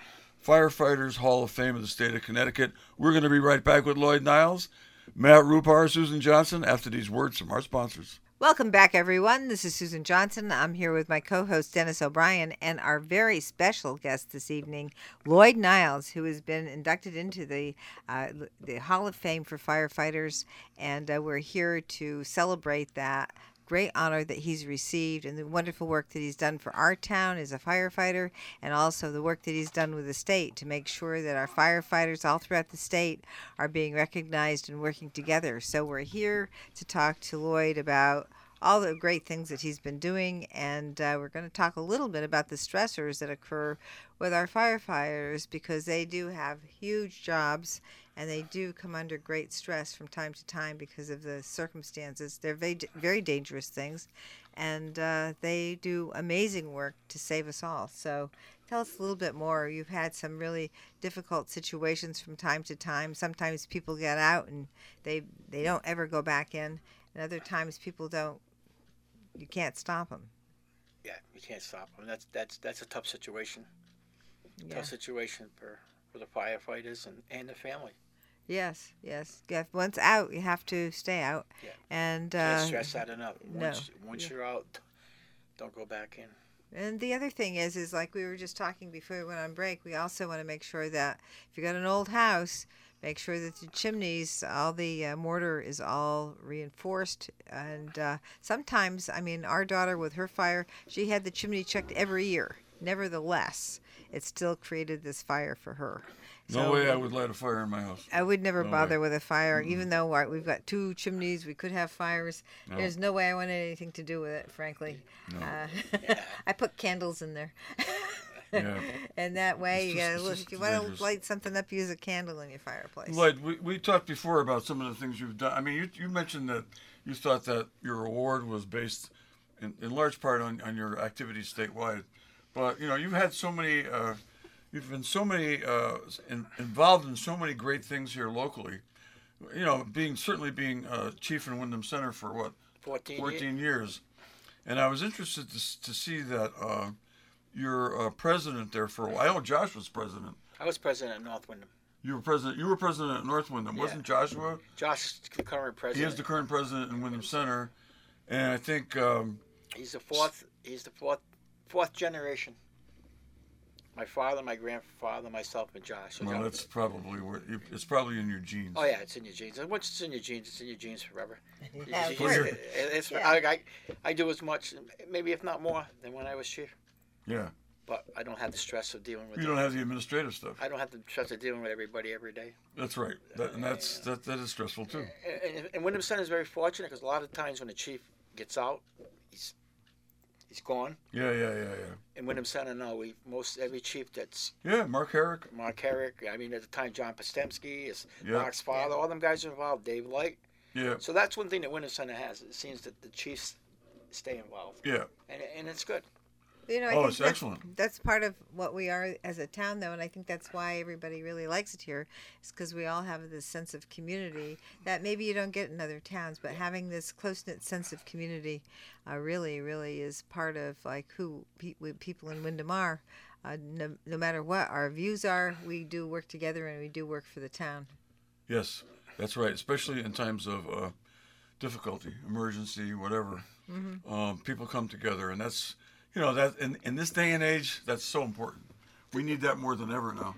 Speaker 1: Firefighters Hall of Fame of the state of Connecticut. We're going to be right back with Lloyd Niles, Matt Rupar, Susan Johnson, after these words from our sponsors.
Speaker 2: Welcome back, everyone. This is Susan Johnson. I'm here with my co host, Dennis O'Brien, and our very special guest this evening, Lloyd Niles, who has been inducted into the, uh, the Hall of Fame for Firefighters. And uh, we're here to celebrate that great honor that he's received and the wonderful work that he's done for our town as a firefighter and also the work that he's done with the state to make sure that our firefighters all throughout the state are being recognized and working together. So we're here to talk to Lloyd about all the great things that he's been doing and uh, we're going to talk a little bit about the stressors that occur with our firefighters because they do have huge jobs and they do come under great stress from time to time because of the circumstances. They're very, very dangerous things, and uh, they do amazing work to save us all. So, tell us a little bit more. You've had some really difficult situations from time to time. Sometimes people get out and they they don't ever go back in, and other times people don't. You can't stop them.
Speaker 3: Yeah, you can't stop him. That's that's that's a tough situation.
Speaker 2: Yeah.
Speaker 3: Tough situation for for the firefighters and and the family.
Speaker 2: Yes. Yes. Yeah. Once out, you have to stay out.
Speaker 3: Yeah.
Speaker 2: And
Speaker 3: Can't
Speaker 2: uh,
Speaker 3: stress that enough.
Speaker 2: no.
Speaker 3: Once once
Speaker 2: Yeah.
Speaker 3: you're out, don't go back in.
Speaker 2: And the other thing is, is like we were just talking before we went on break, we also want to make sure that if you got an old house, make sure that the chimneys, all the uh, mortar is all reinforced. And uh, sometimes, I mean, our daughter with her fire, she had the chimney checked every year. Nevertheless, it still created this fire for her.
Speaker 1: No
Speaker 2: So-
Speaker 1: way I would light a fire in my house.
Speaker 2: I would never
Speaker 1: No
Speaker 2: bother with a fire,
Speaker 1: Mm-hmm.
Speaker 2: even though uh, we've got two chimneys. We could have fires. There's no way I wanted anything to do with it, frankly. Uh, (laughs) I put candles in there,
Speaker 1: Yeah.
Speaker 2: and that way
Speaker 1: It's
Speaker 2: you
Speaker 1: just-
Speaker 2: gotta
Speaker 1: it's
Speaker 2: look.
Speaker 1: just
Speaker 2: If you want
Speaker 1: dangerous.
Speaker 2: to light something up, use a candle in your fireplace.
Speaker 1: Lloyd, we, we talked before about some of the things you've done. I mean, you, you mentioned that you thought that your award was based in, in large part on, on your activities statewide. But, you know, you've had so many, uh, you've been so many, uh, in, involved in so many great things here locally. You know, being certainly being uh, chief in Wyndham Center for what,
Speaker 3: Fourteen. years.
Speaker 1: 14 years. And I was interested to, s- to see that uh, your uh, president there for a while. I know Josh was president.
Speaker 3: I was president at North Wyndham.
Speaker 1: You were president. You were president at North Wyndham, wasn't Joshua?
Speaker 3: Josh is the current
Speaker 1: He
Speaker 3: president.
Speaker 1: is the current president in Wyndham Center, and I think um,
Speaker 3: He's the fourth. He's the fourth fourth generation. My father, my grandfather, myself, and Josh. So
Speaker 1: well,
Speaker 3: John-
Speaker 1: that's probably where you- it's probably in your genes.
Speaker 3: Oh yeah, it's in your genes. And Once it's in your genes, it's in your genes forever.
Speaker 2: (laughs) Yeah, of
Speaker 3: It's-
Speaker 2: course.
Speaker 1: Sure.
Speaker 3: it- it's-
Speaker 2: Yeah.
Speaker 3: I, I, I do as much, maybe if not more, than when I was chief.
Speaker 1: Yeah.
Speaker 3: But I don't have the stress of dealing with.
Speaker 1: You
Speaker 3: it.
Speaker 1: don't have the administrative stuff.
Speaker 3: I don't have the stress of dealing with everybody every day.
Speaker 1: That's right. That, and that's that, that is stressful too.
Speaker 3: And, and, and Wyndham Center is very fortunate because a lot of times when the chief gets out, he's he's gone.
Speaker 1: Yeah, yeah, yeah,
Speaker 3: In Wyndham Center now, we most every chief that's
Speaker 1: yeah. Yeah, Mark Herrick.
Speaker 3: Mark Herrick. I mean, at the time, John Postemski, is
Speaker 1: Yeah.
Speaker 3: Mark's father. All them guys are involved. Dave Light.
Speaker 1: Yeah,
Speaker 3: So that's one thing that Winter Center has. It seems that the Chiefs stay involved,
Speaker 1: yeah.
Speaker 3: and, and it's good.
Speaker 2: You know,
Speaker 1: Oh,
Speaker 2: I think
Speaker 1: it's
Speaker 2: that's,
Speaker 1: excellent.
Speaker 2: That's part of what we are as a town, though, and I think that's why everybody really likes it here, is because we all have this sense of community that maybe you don't get in other towns. But having this close knit sense of community, uh, really, really is part of like who pe- we, people in Wyndham are. Uh, no, no matter what our views are, we do work together and we do work for the town.
Speaker 1: Yes, that's right. Especially in times of uh, difficulty, emergency, whatever. Um, people come together, and that's you know that in, in this day and age, that's so important. We need that more than ever now,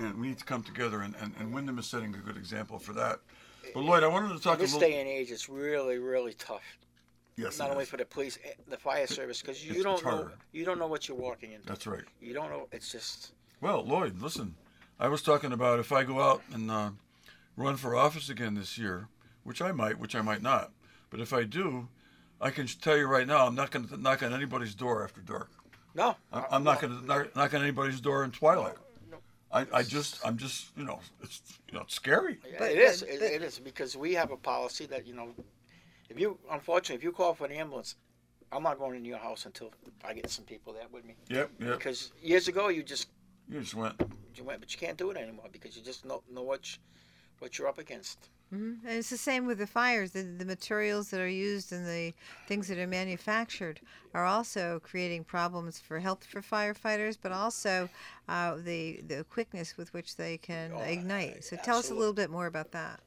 Speaker 1: and we need to come together. And, and, and Wyndham is setting a good example for that. But Lloyd, I wanted to talk
Speaker 3: In this
Speaker 1: a little.
Speaker 3: day and age, it's really, really tough.
Speaker 1: yes,
Speaker 3: Not
Speaker 1: it
Speaker 3: only
Speaker 1: is.
Speaker 3: for the police, eh, the fire service, because you
Speaker 1: It's-
Speaker 3: don't
Speaker 1: it's
Speaker 3: know
Speaker 1: harder.
Speaker 3: you don't know what you're walking into.
Speaker 1: that's right.
Speaker 3: You don't know. It's just
Speaker 1: Well, Lloyd, listen, I was talking about if I go out and uh, run for office again this year, which I might, which I might not, but if I do, I can tell you right now, I'm not going to knock on anybody's door after dark.
Speaker 3: no.
Speaker 1: I'm, I'm not going to knock, knock on anybody's door in twilight. I, I just, I'm just, you know, it's, you know, it's scary.
Speaker 3: Yeah,
Speaker 2: But-
Speaker 3: it is.
Speaker 2: but-
Speaker 3: it,
Speaker 2: but-
Speaker 3: it is because we have a policy that you know, if you unfortunately if you call for an ambulance, I'm not going into your house until I get some people there with me.
Speaker 1: Yep, yep.
Speaker 3: Because years ago you just
Speaker 1: You just went.
Speaker 3: you went, but you can't do it anymore because you just don't know what you, what you're up against.
Speaker 2: hmm And it's the same with the fires. The, the materials that are used and the things that are manufactured are also creating problems for health for firefighters, but also uh, the the quickness with which they can
Speaker 3: Oh, I-
Speaker 2: ignite. So tell us a
Speaker 3: absolute-
Speaker 2: little bit more about that.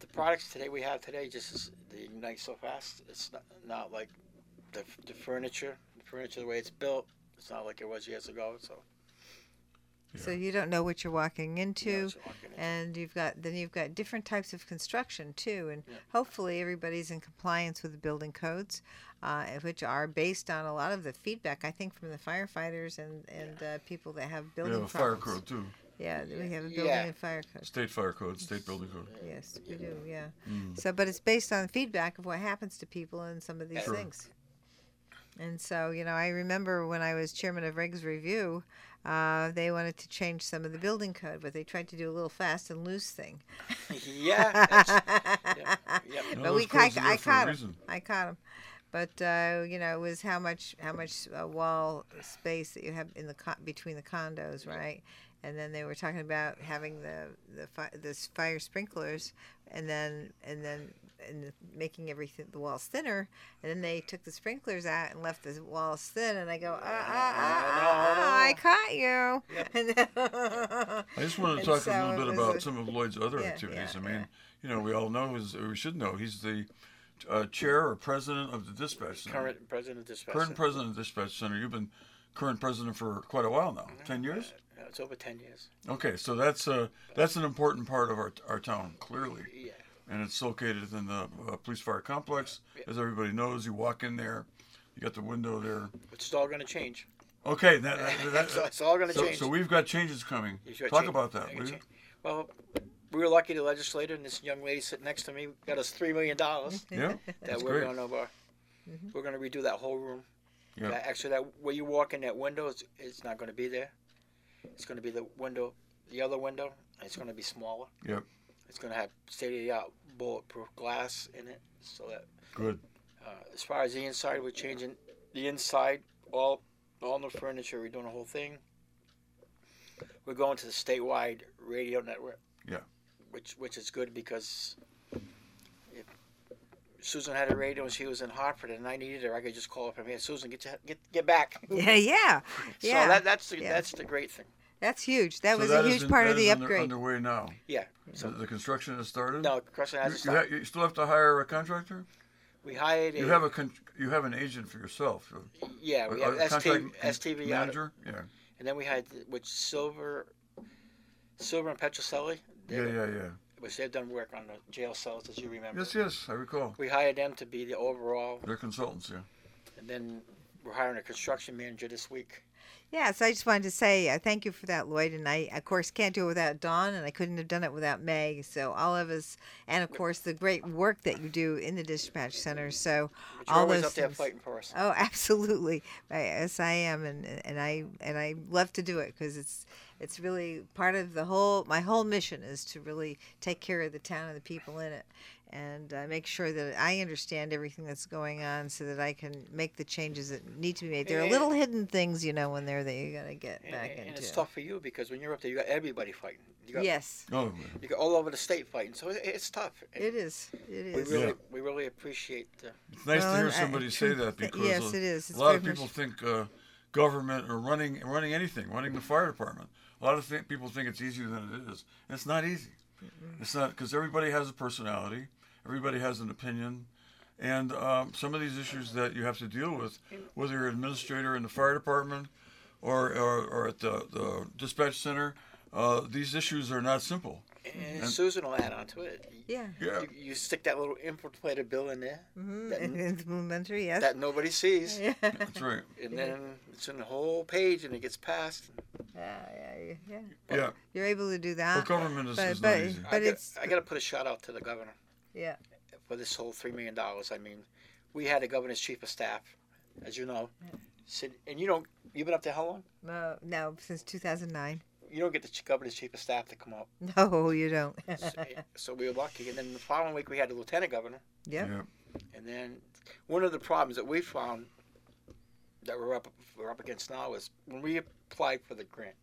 Speaker 3: The products today we have today just is, they ignite so fast. It's not, not like the, the furniture, the furniture the way it's built. It's not like it was years ago. So
Speaker 2: So you don't know what you're walking into.
Speaker 3: you know, it's walking in.
Speaker 2: and you've got then you've got different types of construction too and hopefully everybody's in compliance with the building codes uh, which are based on a lot of the feedback i think from the firefighters and and uh, people that have
Speaker 1: We
Speaker 2: building
Speaker 1: have a fire
Speaker 2: problems.
Speaker 1: code too,
Speaker 2: yeah we have a building
Speaker 3: Yeah.
Speaker 2: and fire code
Speaker 1: state fire code, state building code.
Speaker 2: yes we do yeah
Speaker 3: Mm.
Speaker 2: so but it's based on feedback of what happens to people and some of these
Speaker 1: Sure.
Speaker 2: things and so you know i remember when i was chairman of regs review uh, they wanted to change some of the building code but they tried to do a little fast and loose thing
Speaker 3: (laughs) yeah,
Speaker 2: (laughs)
Speaker 3: that's- yeah, yeah.
Speaker 1: No,
Speaker 2: but
Speaker 1: those
Speaker 2: we
Speaker 1: codes
Speaker 2: caught,
Speaker 1: are there
Speaker 2: I
Speaker 1: for a
Speaker 2: caught him.
Speaker 1: reason.
Speaker 2: I caught him. But uh, you know, it was how much how much uh, wall space that you have in the con- between the condos, right? And then they were talking about having the the fi- this fire sprinklers, and then and then and making everything the walls thinner. And then they took the sprinklers out and left the walls thin. And I go, ah, ah, ah, ah, ah, I caught you. (laughs)
Speaker 1: I just wanted to talk
Speaker 2: And so
Speaker 1: a
Speaker 2: it
Speaker 1: little bit
Speaker 2: was
Speaker 1: about
Speaker 2: a-
Speaker 1: some of Lloyd's other
Speaker 2: Yeah,
Speaker 1: activities.
Speaker 2: yeah,
Speaker 1: I mean, you know, we all know, is, or we should know, he's the uh, chair or president of the dispatch center.
Speaker 3: Current president of dispatch.
Speaker 1: Current president of dispatch center. You've been current president for quite a while now,
Speaker 3: Mm-hmm.
Speaker 1: ten years.
Speaker 3: No, it's over ten years.
Speaker 1: Okay, so that's uh, that's an important part of our, our town, clearly,
Speaker 3: Yeah.
Speaker 1: and it's located in the uh, police fire complex. As everybody knows, you walk in there, you got the window there.
Speaker 3: It's all going
Speaker 1: (laughs)
Speaker 3: to change.
Speaker 1: Okay, that, that, that-
Speaker 3: (laughs) So it's all going to
Speaker 1: so,
Speaker 3: change.
Speaker 1: so we've got changes coming.
Speaker 3: You should
Speaker 1: Talk
Speaker 3: change-
Speaker 1: about that.
Speaker 3: you
Speaker 1: will you?
Speaker 3: should- Well, we were lucky the legislator and this young lady sitting next to me got us three million dollars
Speaker 1: Yeah,
Speaker 3: that
Speaker 1: that's
Speaker 3: we're
Speaker 1: great.
Speaker 3: going over. We're going to redo that whole room.
Speaker 1: Yeah.
Speaker 3: That- actually, that where you walk in that window is it's not going to be there. It's going to be the window, the other window. And it's going to be smaller.
Speaker 1: Yep.
Speaker 3: It's going to have state of the art bulletproof glass in it, so that
Speaker 1: Good.
Speaker 3: uh, as far as the inside, we're changing the inside, all all new furniture. We're doing the whole thing. We're going to the statewide radio network.
Speaker 1: Yeah.
Speaker 3: Which which is good because if Susan had a radio and she was in Hartford, and I needed her. I could just call her from here. Susan, get to, get get back.
Speaker 2: (laughs) Yeah, yeah, yeah.
Speaker 3: So that, that's the,
Speaker 2: Yeah.
Speaker 3: that's the great thing.
Speaker 2: that's huge. That
Speaker 1: So
Speaker 2: was
Speaker 1: that
Speaker 2: a
Speaker 1: is
Speaker 2: huge
Speaker 1: in-
Speaker 2: part
Speaker 1: that
Speaker 2: of
Speaker 1: is
Speaker 2: the
Speaker 1: under-
Speaker 2: upgrade.
Speaker 1: Underway now.
Speaker 3: Yeah.
Speaker 1: So
Speaker 3: So
Speaker 1: the construction has started.
Speaker 3: no, Crescent
Speaker 1: You,
Speaker 3: hasn't
Speaker 1: you, ha-
Speaker 3: stopped.
Speaker 1: you still have to hire a contractor.
Speaker 3: We hired a
Speaker 1: You have a con- you have an agent for yourself. so-
Speaker 3: yeah we
Speaker 1: a-
Speaker 3: have
Speaker 1: a
Speaker 3: ST,
Speaker 1: contract
Speaker 3: STV out of-
Speaker 1: manager. Yeah.
Speaker 3: and then we had which Silver Silver and Petrocelli. they-
Speaker 1: yeah, yeah, yeah.
Speaker 3: Which they've done work on the jail cells, as you remember.
Speaker 1: Yes, yes, I recall.
Speaker 3: We hired them to be the overall,
Speaker 1: They're consultants. Yeah.
Speaker 3: and then we're hiring a construction manager this week.
Speaker 2: Yeah, so I just wanted to say uh, thank you for that, Lloyd. And I, of course, can't do it without Dawn, and I couldn't have done it without Meg. So all of us, and of course, the great work that you do in the dispatch center. So
Speaker 3: But you're
Speaker 2: all
Speaker 3: always
Speaker 2: those
Speaker 3: up there
Speaker 2: things-
Speaker 3: fighting for us.
Speaker 2: Oh, (laughs) absolutely. I, yes, I am, and and I and I love to do it because it's it's really part of the whole. My whole mission is to really take care of the town and the people in it, and uh, make sure that I understand everything that's going on, so that I can make the changes that need to be made. There are
Speaker 3: And-
Speaker 2: little hidden things, you know, when they're that you gotta get
Speaker 3: And,
Speaker 2: back
Speaker 3: and
Speaker 2: into.
Speaker 3: it's tough for you because when you're up there, you got everybody fighting. You got,
Speaker 2: Yes,
Speaker 1: Oh,
Speaker 3: You got all over the state fighting, so it, it's tough.
Speaker 2: it is. It
Speaker 3: we
Speaker 2: is.
Speaker 3: really,
Speaker 1: Yeah.
Speaker 3: we really appreciate. The,
Speaker 1: it's nice
Speaker 2: Well,
Speaker 1: to hear
Speaker 2: and I-
Speaker 1: somebody say that
Speaker 2: th-
Speaker 1: because
Speaker 2: yes,
Speaker 1: a,
Speaker 2: it is. It's
Speaker 1: a lot of
Speaker 2: very
Speaker 1: people
Speaker 2: much-
Speaker 1: think uh, government or running running anything, running the fire department. A lot of th- people think it's easier than it is. It's not easy. It's not because everybody has a personality, everybody has an opinion, and um, some of these issues that you have to deal with, whether you're an administrator in the fire department or or, or at the, the dispatch center, uh, these issues are not simple.
Speaker 3: and, Susan will add on to it.
Speaker 2: Yeah.
Speaker 1: Yeah.
Speaker 3: You, you stick that little infiltrator bill in there
Speaker 2: mm-hmm, And
Speaker 3: that,
Speaker 2: it's momentary, yes. (laughs)
Speaker 3: that nobody sees,
Speaker 2: yeah, yeah,
Speaker 1: That's right.
Speaker 3: and then it's in the whole page and it gets passed.
Speaker 2: yeah, yeah.
Speaker 1: Yeah.
Speaker 2: You're able to do
Speaker 1: Well,
Speaker 2: that.
Speaker 1: government is,
Speaker 2: but-
Speaker 1: is
Speaker 2: but-
Speaker 1: not easy.
Speaker 2: But
Speaker 3: I, got,
Speaker 2: it's-
Speaker 3: I got to put a shout out to the governor.
Speaker 2: yeah.
Speaker 3: for this whole three million dollars. I mean, we had a governor's chief of staff, as you know, said, and you don't. You've been up there how long?
Speaker 2: No, Uh, no, since 2009.
Speaker 3: You don't get the ch- governor's chief of staff to come up.
Speaker 2: (laughs) No, you don't. (laughs)
Speaker 3: So, eh, so we were lucky. And then the following week we had the lieutenant governor.
Speaker 2: yep.
Speaker 1: Yeah.
Speaker 3: And then one of the problems that we found that we're up we're up against now is when we applied for the grant,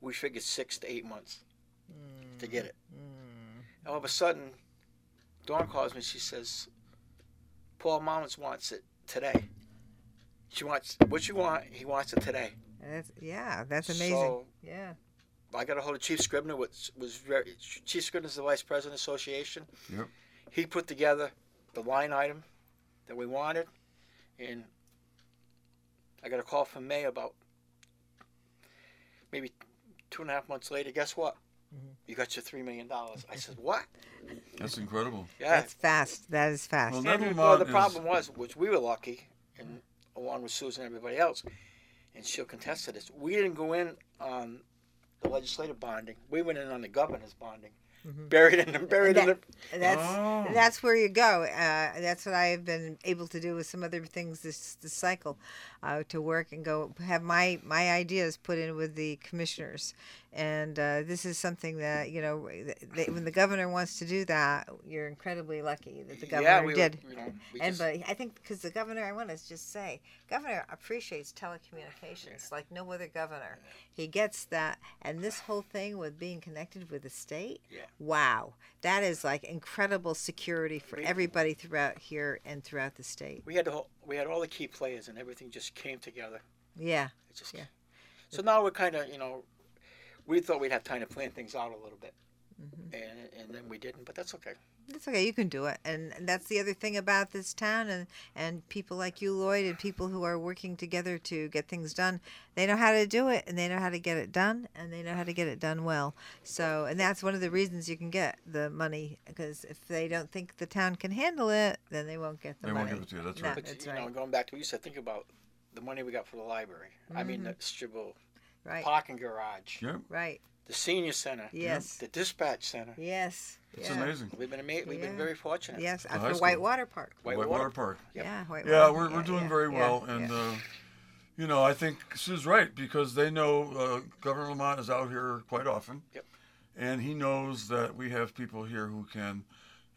Speaker 3: we figured six to eight months
Speaker 2: Mm.
Speaker 3: to
Speaker 2: Mm-hmm.
Speaker 3: get it. All of a sudden, Dawn calls me. She says, "Paul Mullins wants it today. She wants what you want. He wants it today."
Speaker 2: That's, yeah, that's amazing.
Speaker 3: So
Speaker 2: yeah.
Speaker 3: I got a hold of Chief Scribner, which was very Chief Scribner's the Vice President Association.
Speaker 1: Yep.
Speaker 3: He put together the line item that we wanted, and I got a call from May about maybe two and a half months later. Guess what?
Speaker 2: Mm-hmm.
Speaker 3: You got your three million dollars.
Speaker 2: (laughs)
Speaker 3: I said, "What?
Speaker 1: That's incredible.
Speaker 3: Yeah."
Speaker 2: That's fast. That is fast.
Speaker 1: Well,
Speaker 3: And,
Speaker 1: Nevermont
Speaker 3: well, the
Speaker 1: is-
Speaker 3: problem was, which we were lucky, and along with Susan and everybody else, and she'll contest to this. We didn't go in on the legislative bonding. We went in on the governor's bonding,
Speaker 2: Mm-hmm.
Speaker 3: buried in the buried in the.
Speaker 2: that's
Speaker 1: Oh.
Speaker 2: that's where you go. Uh, that's what I've been able to do with some other things this, this cycle, uh, to work and go have my my ideas put in with the commissioners, and uh, this is something that you know th- they, when the governor wants to do that, you're incredibly lucky that the governor
Speaker 3: yeah, we were-
Speaker 2: did.
Speaker 3: you know, we
Speaker 2: and
Speaker 3: just-
Speaker 2: but I think because the governor, I want to just say, governor appreciates telecommunications like no other governor. He gets that, and this whole thing with being connected with the state.
Speaker 3: Yeah.
Speaker 2: Wow, that is like incredible security for
Speaker 3: We-
Speaker 2: everybody throughout here and throughout the state.
Speaker 3: we had the whole, we had all the key players, and everything just came together.
Speaker 2: Yeah,
Speaker 3: It just,
Speaker 2: Yeah.
Speaker 3: So now we're kind of you know, we thought we'd have time to plan things out a little bit,
Speaker 2: Mm-hmm.
Speaker 3: and and then we didn't, but that's okay.
Speaker 2: that's okay. You can do it, and, and that's the other thing about this town and and people like you, Lloyd, and people who are working together to get things done. They know how to do it, and they know how to get it done, and they know how to get it done well. So, and that's one of the reasons you can get the money because if they don't think the town can handle it, then they won't get the
Speaker 1: They won't
Speaker 2: money.
Speaker 1: give it to you, that's
Speaker 2: No,
Speaker 1: right.
Speaker 3: But
Speaker 2: that's
Speaker 3: you
Speaker 2: right.
Speaker 3: know, going back to what you said, think about the money we got for the library. I mean,
Speaker 2: Mm-hmm.
Speaker 3: the Stribble
Speaker 2: right,
Speaker 3: parking garage,
Speaker 1: Yep.
Speaker 2: right.
Speaker 3: the senior center,
Speaker 2: Yes.
Speaker 3: the dispatch center.
Speaker 2: Yes.
Speaker 1: It's
Speaker 2: yeah.
Speaker 1: amazing.
Speaker 3: We've been ama- we've been
Speaker 2: Yeah.
Speaker 3: very fortunate.
Speaker 2: Yes,
Speaker 1: high
Speaker 2: after
Speaker 1: school.
Speaker 2: Whitewater Park.
Speaker 1: Whitewater, Park.
Speaker 3: Yep.
Speaker 2: Yeah, Whitewater.
Speaker 1: Yeah, we're, we're
Speaker 2: Yeah,
Speaker 1: doing
Speaker 2: yeah,
Speaker 1: very
Speaker 2: yeah,
Speaker 1: well,
Speaker 2: yeah.
Speaker 1: and uh, you know I think Sue's right because they know uh, Governor Lamont is out here quite often,
Speaker 3: Yep.
Speaker 1: and he knows that we have people here who can,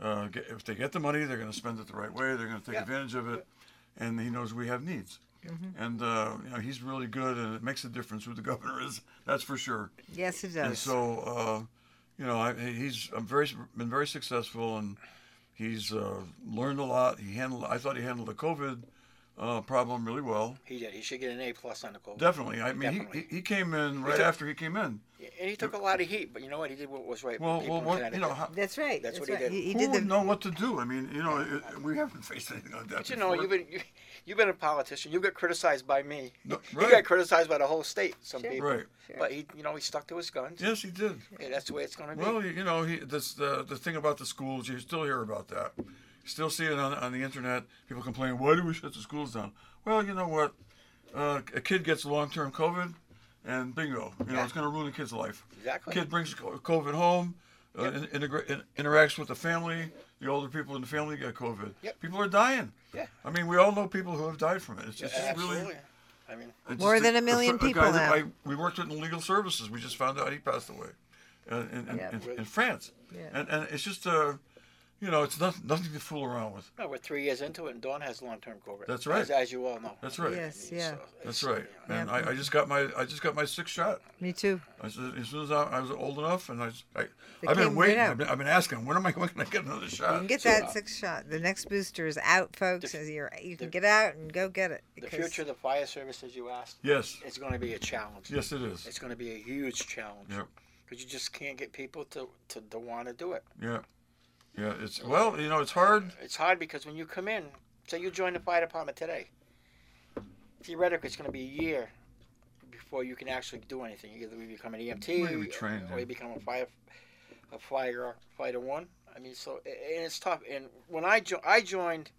Speaker 1: uh, get, if they get the money, they're going to spend it the right way, they're going to take
Speaker 3: Yeah.
Speaker 1: advantage of it, and he knows we have needs,
Speaker 2: Mm-hmm.
Speaker 1: and uh, you know he's really good, and it makes a difference who the (laughs) governor is, that's for sure.
Speaker 2: yes, it
Speaker 1: And
Speaker 2: does.
Speaker 1: so, uh, you know, I, he's I'm very been very successful, and He's uh, learned a lot. He handled. I thought he handled the COVID uh, problem really well.
Speaker 3: He did. He should get an A plus on the COVID.
Speaker 1: Definitely. I mean, he-
Speaker 3: Definitely.
Speaker 1: He, he came in right
Speaker 3: took-
Speaker 1: after he came in.
Speaker 3: Yeah, And he took a lot of heat, but you know what? He did what was right. for
Speaker 1: Well, well,
Speaker 3: people in
Speaker 1: what, you
Speaker 3: Connecticut.
Speaker 1: know, how,
Speaker 2: That's right.
Speaker 3: That's what he did.
Speaker 2: He, he
Speaker 1: who
Speaker 2: did
Speaker 1: would
Speaker 2: the
Speaker 1: know what to do? I mean, you know, it, it- we haven't faced anything like that.
Speaker 3: But you know,
Speaker 1: before.
Speaker 3: you've been you, you've been a politician. You got criticized by me.
Speaker 1: No,
Speaker 3: You
Speaker 1: right.
Speaker 3: got criticized by the whole state. Some
Speaker 2: Sure.
Speaker 3: people.
Speaker 1: right.
Speaker 2: Sure.
Speaker 3: But he, you know, he stuck to his guns.
Speaker 1: Yes, he did.
Speaker 3: Yeah, that's the way it's going to be.
Speaker 1: Well, you you know, he, this, the the thing about the schools, you still hear about that. You still see it on, on the internet. People complain, why do we shut the schools down? Well, you know what? Uh, a kid gets long term COVID, and bingo, you know, it's going to ruin the kid's life.
Speaker 3: Exactly.
Speaker 1: Kid brings co- COVID home, uh, in, integra- in, interacts with the family. The older people in the family get COVID.
Speaker 3: Yep.
Speaker 1: People are dying.
Speaker 3: Yeah.
Speaker 1: I mean, we all know people who have died from it. It's just
Speaker 3: Absolutely.
Speaker 1: really
Speaker 3: I mean,
Speaker 1: it's
Speaker 2: More
Speaker 1: just
Speaker 2: than a million
Speaker 1: fr-
Speaker 2: people
Speaker 1: guy that
Speaker 2: now.
Speaker 1: I- we worked with in legal services. We just found out he passed away uh, in, in,
Speaker 2: Yeah.
Speaker 1: in, in France.
Speaker 2: Yeah.
Speaker 1: And, and it's just, uh, you know, it's nothing, nothing to fool around with.
Speaker 3: no, we're three years into it, and Dawn has long-term COVID.
Speaker 1: That's right.
Speaker 3: As, as you all know.
Speaker 1: That's right.
Speaker 3: I
Speaker 2: Yes,
Speaker 3: mean,
Speaker 2: yeah.
Speaker 3: so it's-
Speaker 1: That's right.
Speaker 3: yeah.
Speaker 1: And I, I just got my I just got my sixth shot.
Speaker 2: Me too.
Speaker 1: I said, as soon as I, I was old enough, and I, s- I
Speaker 2: They
Speaker 1: have been
Speaker 2: came right
Speaker 1: waiting.
Speaker 2: out.
Speaker 1: I've been, I've been asking, when am I (laughs) when can I get another shot?
Speaker 3: Uh,
Speaker 2: You can get that sixth shot. The next booster is out, folks. and You're, you can get out and go get it.
Speaker 3: The
Speaker 2: because-
Speaker 3: future of the fire service, as you asked,
Speaker 1: Yes,
Speaker 3: it's going to be a challenge.
Speaker 1: yes, it is.
Speaker 3: It's going to be a huge challenge.
Speaker 1: Yep.
Speaker 3: Because you just can't get people to to, to want to do it.
Speaker 1: Yeah, yeah. It's well, you know, it's hard.
Speaker 3: It's hard because when you come in, say you join the fire department today, theoretically it's going to be a year before you can actually do anything. Either you become an
Speaker 1: Well, you
Speaker 3: EMT,
Speaker 1: be trained,
Speaker 3: or
Speaker 1: yeah.
Speaker 3: you become a fire, a firefighter one. I mean, so a- and it's tough. And when I jo- I joined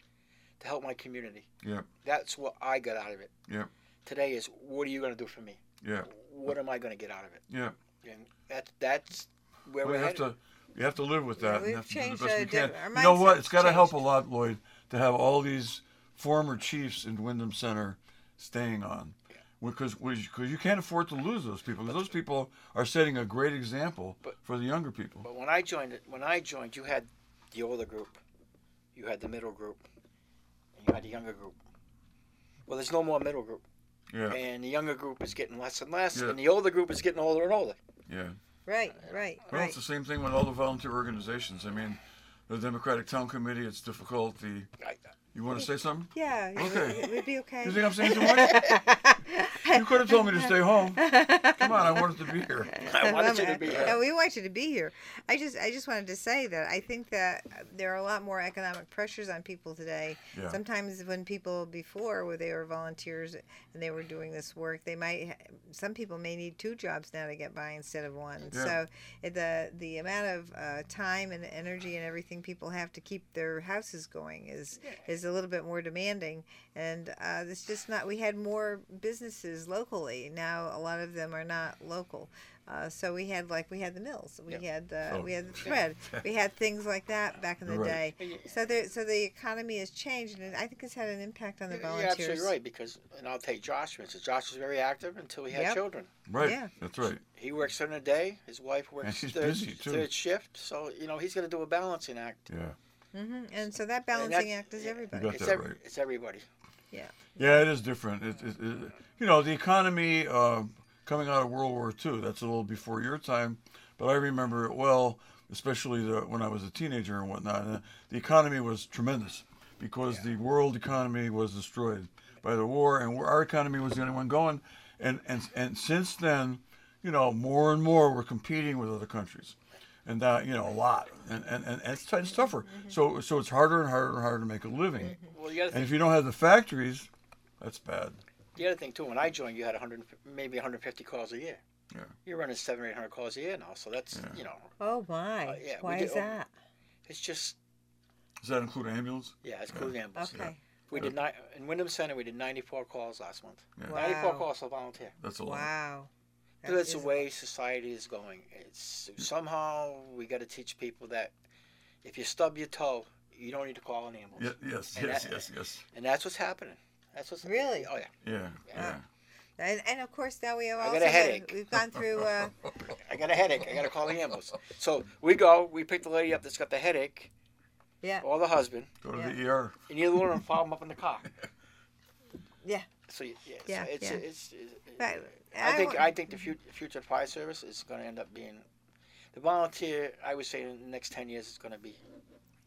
Speaker 3: to help my community.
Speaker 1: Yep.
Speaker 3: That's what I got out of it.
Speaker 1: Yep.
Speaker 3: Today is what are you going to do for me?
Speaker 1: Yeah,
Speaker 3: What am I going to get out of it?
Speaker 1: yeah.
Speaker 3: And that that's where
Speaker 1: Well,
Speaker 3: we're
Speaker 1: you have
Speaker 3: headed.
Speaker 1: to, you have to live with
Speaker 2: Yeah,
Speaker 1: that. and
Speaker 2: we've
Speaker 1: have to do the
Speaker 2: changed,
Speaker 1: best
Speaker 2: uh,
Speaker 1: we can.
Speaker 2: di- our
Speaker 1: You know what?
Speaker 2: mindset's
Speaker 1: It's got to help a
Speaker 2: changed.
Speaker 1: lot, Lloyd, to have all these former chiefs in Wyndham Center staying on, because because you can't afford to lose those people. 'cause those people are setting a great example
Speaker 3: But-
Speaker 1: for the younger people.
Speaker 3: But when I joined, it- when I joined, you had the older group, you had the middle group, and you had the younger group. Well, there's no more middle group,
Speaker 1: Yeah,
Speaker 3: and the younger group is getting less and less,
Speaker 1: Yeah.
Speaker 3: and the older group is getting older and older.
Speaker 1: yeah.
Speaker 2: Right, right,
Speaker 1: Well,
Speaker 2: right.
Speaker 1: it's the same thing with all the volunteer organizations. I mean, the Democratic Town Committee. It's difficult. The
Speaker 3: I,
Speaker 1: you want to say something?
Speaker 2: Yeah, it would-
Speaker 1: Okay.
Speaker 2: it would be okay.
Speaker 1: You think I'm saying too much?
Speaker 2: (laughs)
Speaker 1: you could have told me to stay home. Come on, I wanted to be here.
Speaker 3: (laughs) I wanted you to be
Speaker 2: No,
Speaker 3: here.
Speaker 2: we want you to be here. I just, I just wanted to say that I think that uh, there are a lot more economic pressures on people today.
Speaker 1: Yeah.
Speaker 2: Sometimes when people before, where they were volunteers and they were doing this work, they might, ha- some people may need two jobs now to get by instead of one.
Speaker 1: Yeah.
Speaker 2: So it- the the amount of uh, time and energy and everything people have to keep their houses going is is a little bit more demanding. And uh, it's just not. We had more businesses locally now. A lot of them are not local. Uh, so we had like we had the mills, we had the
Speaker 1: Oh. (laughs)
Speaker 2: we had the thread, we had things like that back in the
Speaker 1: Right.
Speaker 2: day.
Speaker 3: Yeah, yeah.
Speaker 2: So there, so the economy has changed, and I think it's had an impact on the
Speaker 3: You're
Speaker 2: volunteers.
Speaker 3: absolutely right because, and I'll take Josh for instance. Josh was very active until he had
Speaker 2: Yep.
Speaker 3: children.
Speaker 1: Right.
Speaker 2: Yeah.
Speaker 1: That's right.
Speaker 3: He works during the day. His wife works
Speaker 1: she's
Speaker 3: third,
Speaker 1: busy, too.
Speaker 3: third shift, so you know he's going to do a balancing act.
Speaker 1: Yeah.
Speaker 2: hmm And so that
Speaker 3: And
Speaker 2: balancing
Speaker 3: that's-
Speaker 2: act is
Speaker 3: yeah,
Speaker 2: everybody.
Speaker 1: got
Speaker 3: It's,
Speaker 1: that
Speaker 3: ev-
Speaker 1: right.
Speaker 3: it's everybody.
Speaker 1: Yeah, it is different. It, it, it, you know, the economy uh, coming out of World War II, that's a little before your time, but I remember it well, especially the, when I was a teenager and whatnot. And the economy was tremendous because the world economy was destroyed by the war, and our economy was the only one going. And, and, and since then, you know, more and more we're competing with other countries. And that, you know, a lot. And, and, and it's, it's tougher. So, so it's harder and harder and harder to make a living.
Speaker 3: Well, you got to
Speaker 1: And if you don't have the factories, that's bad.
Speaker 3: The other thing too, when I joined, you had 100, maybe 150 calls a year.
Speaker 1: Yeah.
Speaker 3: You're running seven, or eight hundred calls a year now, so that's you know,
Speaker 2: Oh my!
Speaker 3: Uh, yeah, we
Speaker 2: Why
Speaker 3: did-
Speaker 2: is
Speaker 3: oh,
Speaker 2: that?
Speaker 3: it's just
Speaker 1: Does that include ambulance?
Speaker 3: yeah, it's cool gambles.
Speaker 2: Okay.
Speaker 3: We did not in Wyndham Center. We did 94 calls last month.
Speaker 1: Yeah.
Speaker 3: 94
Speaker 2: Wow.
Speaker 3: calls for volunteer.
Speaker 1: That's a lot.
Speaker 2: Wow. That
Speaker 3: That's the
Speaker 2: is-
Speaker 3: way society is going. It's somehow we got to teach people that if you stub your toe, you don't need to call an ambulance,
Speaker 1: Ye- yes,
Speaker 3: And
Speaker 1: yes,
Speaker 3: that-
Speaker 1: yes, yes.
Speaker 3: and that's what's happening. That's what's
Speaker 2: Really?
Speaker 3: Oh yeah.
Speaker 1: Yeah, yeah.
Speaker 2: And, and of course now we have
Speaker 3: I got
Speaker 2: also
Speaker 3: a headache.
Speaker 2: we've gone through.
Speaker 3: (laughs)
Speaker 2: Uh,
Speaker 3: I got a headache. I got to call the ambulance. So we go. We pick the lady up that's got the headache,
Speaker 2: yeah.
Speaker 3: or the husband.
Speaker 1: (laughs) Go to
Speaker 2: Yeah.
Speaker 1: the ER.
Speaker 3: and you learn and follow them up in the car.
Speaker 2: (laughs) Yeah.
Speaker 3: So y- yeah,
Speaker 2: Yeah,
Speaker 3: so it's,
Speaker 2: yeah.
Speaker 3: it's, it's-
Speaker 2: But I
Speaker 3: I, think
Speaker 2: wa-
Speaker 3: I think the future, future of fire service is going to end up being the volunteer. I would say in the next ten years is going to be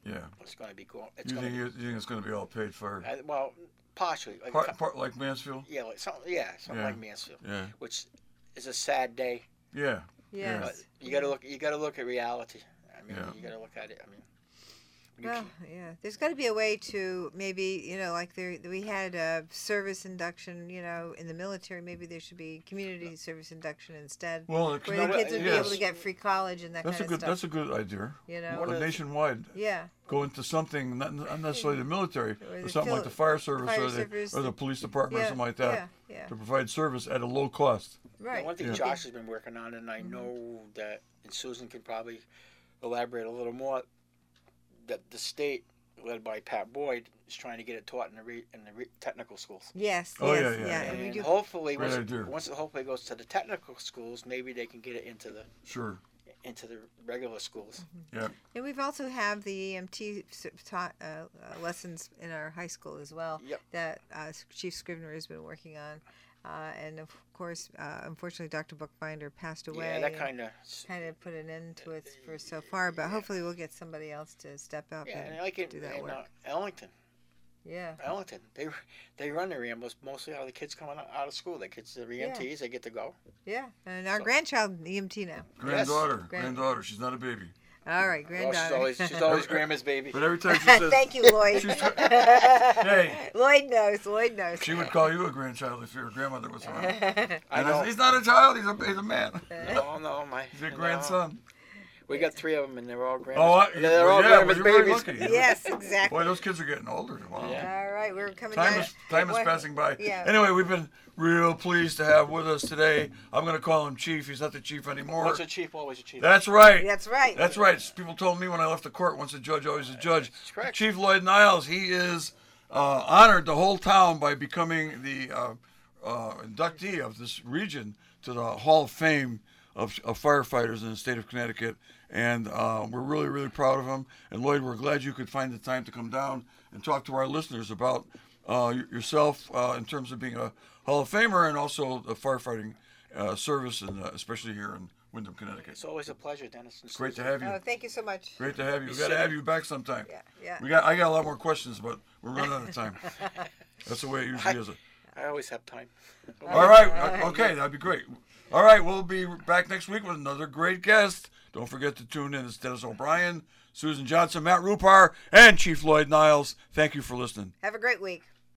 Speaker 1: Yeah.
Speaker 3: It's going to be cool. It's
Speaker 1: You
Speaker 3: going
Speaker 1: think,
Speaker 3: to
Speaker 1: it- you think it's going to be all paid for?
Speaker 3: be, uh, well, partially. Like,
Speaker 1: Part,
Speaker 3: co-
Speaker 1: part like Mansfield?
Speaker 3: yeah, like something, yeah, something
Speaker 1: Yeah.
Speaker 3: like Mansfield,
Speaker 1: Yeah.
Speaker 3: which is a sad day.
Speaker 1: Yeah. Yeah.
Speaker 3: But
Speaker 2: Yes.
Speaker 3: you got to look. You got to look at reality. I mean,
Speaker 1: Yeah.
Speaker 3: you got to look at it. I mean, you
Speaker 2: Well,
Speaker 3: can't-
Speaker 2: yeah. There's got to be a way to maybe, you know, like there we had a service induction, you know, in the military. Maybe there should be community service induction instead,
Speaker 1: Well, it-
Speaker 2: where
Speaker 3: know
Speaker 2: the
Speaker 3: what?
Speaker 2: kids would be
Speaker 1: yes.
Speaker 2: able to get free college and that
Speaker 1: that's a
Speaker 2: kind
Speaker 1: good.
Speaker 2: of stuff.
Speaker 1: That's a good idea.
Speaker 2: you know,
Speaker 3: One of
Speaker 1: But
Speaker 3: the-
Speaker 1: nationwide,
Speaker 2: yeah,
Speaker 1: go into something not, not necessarily the military,
Speaker 2: Or
Speaker 1: but
Speaker 2: the
Speaker 1: something like
Speaker 2: fil-
Speaker 1: the fire service
Speaker 2: fire
Speaker 1: or, the,
Speaker 2: service,
Speaker 1: or the police department
Speaker 2: yeah,
Speaker 1: or something like that
Speaker 2: yeah, yeah.
Speaker 1: to provide service at a low cost.
Speaker 2: right. Mm-hmm.
Speaker 3: The one thing
Speaker 1: Yeah.
Speaker 3: Josh has been working on, and I know that, and Susan can probably elaborate a little more, that the state, led by Pat Boyd, is trying to get it taught in the re, in the re, technical schools.
Speaker 2: Yes,
Speaker 1: Oh,
Speaker 2: yes,
Speaker 1: yeah, yeah,
Speaker 2: yeah.
Speaker 1: yeah.
Speaker 2: And we
Speaker 3: And
Speaker 2: do.
Speaker 3: hopefully,
Speaker 1: Great
Speaker 3: once,
Speaker 1: idea.
Speaker 3: once it hopefully goes to the technical schools, maybe they can get it into the
Speaker 1: Sure.
Speaker 3: into the regular schools.
Speaker 2: Mm-hmm.
Speaker 1: Yeah.
Speaker 2: And we've also have the EMT s- taught, uh, uh, lessons in our high school as well
Speaker 3: Yep.
Speaker 2: that uh, Chief Scrivener has been working on, uh, and of course, uh, unfortunately, Dr. Buckbinder passed away.
Speaker 3: Yeah, that
Speaker 2: and-
Speaker 3: kind of.
Speaker 2: kind of put an end to it for so far, but hopefully we'll get somebody else to step up
Speaker 3: Yeah,
Speaker 2: and
Speaker 3: and like in,
Speaker 2: do that
Speaker 3: in uh,
Speaker 2: work.
Speaker 3: Ellington,
Speaker 2: yeah.
Speaker 3: Ellington, they they run the reambos mostly out of the kids coming out of school. The kids, the
Speaker 2: Yeah.
Speaker 3: EMTs, they get to go.
Speaker 2: Yeah. And our
Speaker 3: So-
Speaker 2: grandchild EMT now.
Speaker 1: Granddaughter.
Speaker 2: Grand-
Speaker 1: Granddaughter. She's not a baby.
Speaker 2: All right,
Speaker 3: Oh, she's
Speaker 2: granddaughter.
Speaker 3: always
Speaker 2: (laughs)
Speaker 3: (laughs) she's always grandma's baby.
Speaker 1: But every time she says,
Speaker 2: Thank you, Lloyd.
Speaker 1: She's try-
Speaker 3: (laughs)
Speaker 1: hey,
Speaker 2: (laughs) Lloyd knows. Lloyd knows.
Speaker 1: she would call you a grandchild if your grandmother was around. And
Speaker 3: I
Speaker 1: I
Speaker 3: know.
Speaker 1: said, he's not a child. He's a, he's a man.
Speaker 3: Oh no, my
Speaker 1: He's your
Speaker 3: no.
Speaker 1: grandson.
Speaker 3: We got three of them, and they're all grandmas.
Speaker 1: Oh, I,
Speaker 3: yeah, they're all
Speaker 1: yeah, well,
Speaker 3: grandmas
Speaker 1: you're very
Speaker 3: babies.
Speaker 1: lucky.
Speaker 2: (laughs) yes, exactly.
Speaker 1: Boy, those kids are getting older. Wow.
Speaker 3: Yeah.
Speaker 2: All right, we're coming
Speaker 1: Time
Speaker 2: down.
Speaker 1: is time is
Speaker 2: What-
Speaker 1: passing by.
Speaker 2: yeah.
Speaker 1: Anyway, we've been real pleased to have with us today. I'm going to call him Chief. He's not the chief anymore.
Speaker 3: Once a chief, always a chief.
Speaker 1: That's right.
Speaker 2: That's right.
Speaker 1: That's right. People told me when I left the court, once a judge, always a judge.
Speaker 3: correct.
Speaker 1: Chief Lloyd Niles, he is uh, honored the whole town by becoming the uh, uh, inductee of this region to the Hall of Fame of, of firefighters in the state of Connecticut. And uh, we're really, really proud of him. And Lloyd, we're glad you could find the time to come down and talk to our listeners about uh, y- yourself uh, in terms of being a Hall of Famer and also the firefighting uh, service, and uh, especially here in Wyndham, Connecticut.
Speaker 3: It's always a pleasure, Dennis. and
Speaker 1: Great to
Speaker 3: Susan.
Speaker 1: have you.
Speaker 2: Oh, thank you so much.
Speaker 1: Great to have you. We got to have you back sometime.
Speaker 2: Yeah, yeah.
Speaker 1: We got. I got a lot more questions, but we're running out of time. That's the way it usually is.
Speaker 3: I always have time.
Speaker 1: All right. uh, Okay, that'd be great. All right, we'll be back next week with another great guest. Don't forget to tune in. It's Dennis O'Brien, Susan Johnson, Matt Rupar, and Chief Lloyd Niles. Thank you for listening.
Speaker 2: Have a great week.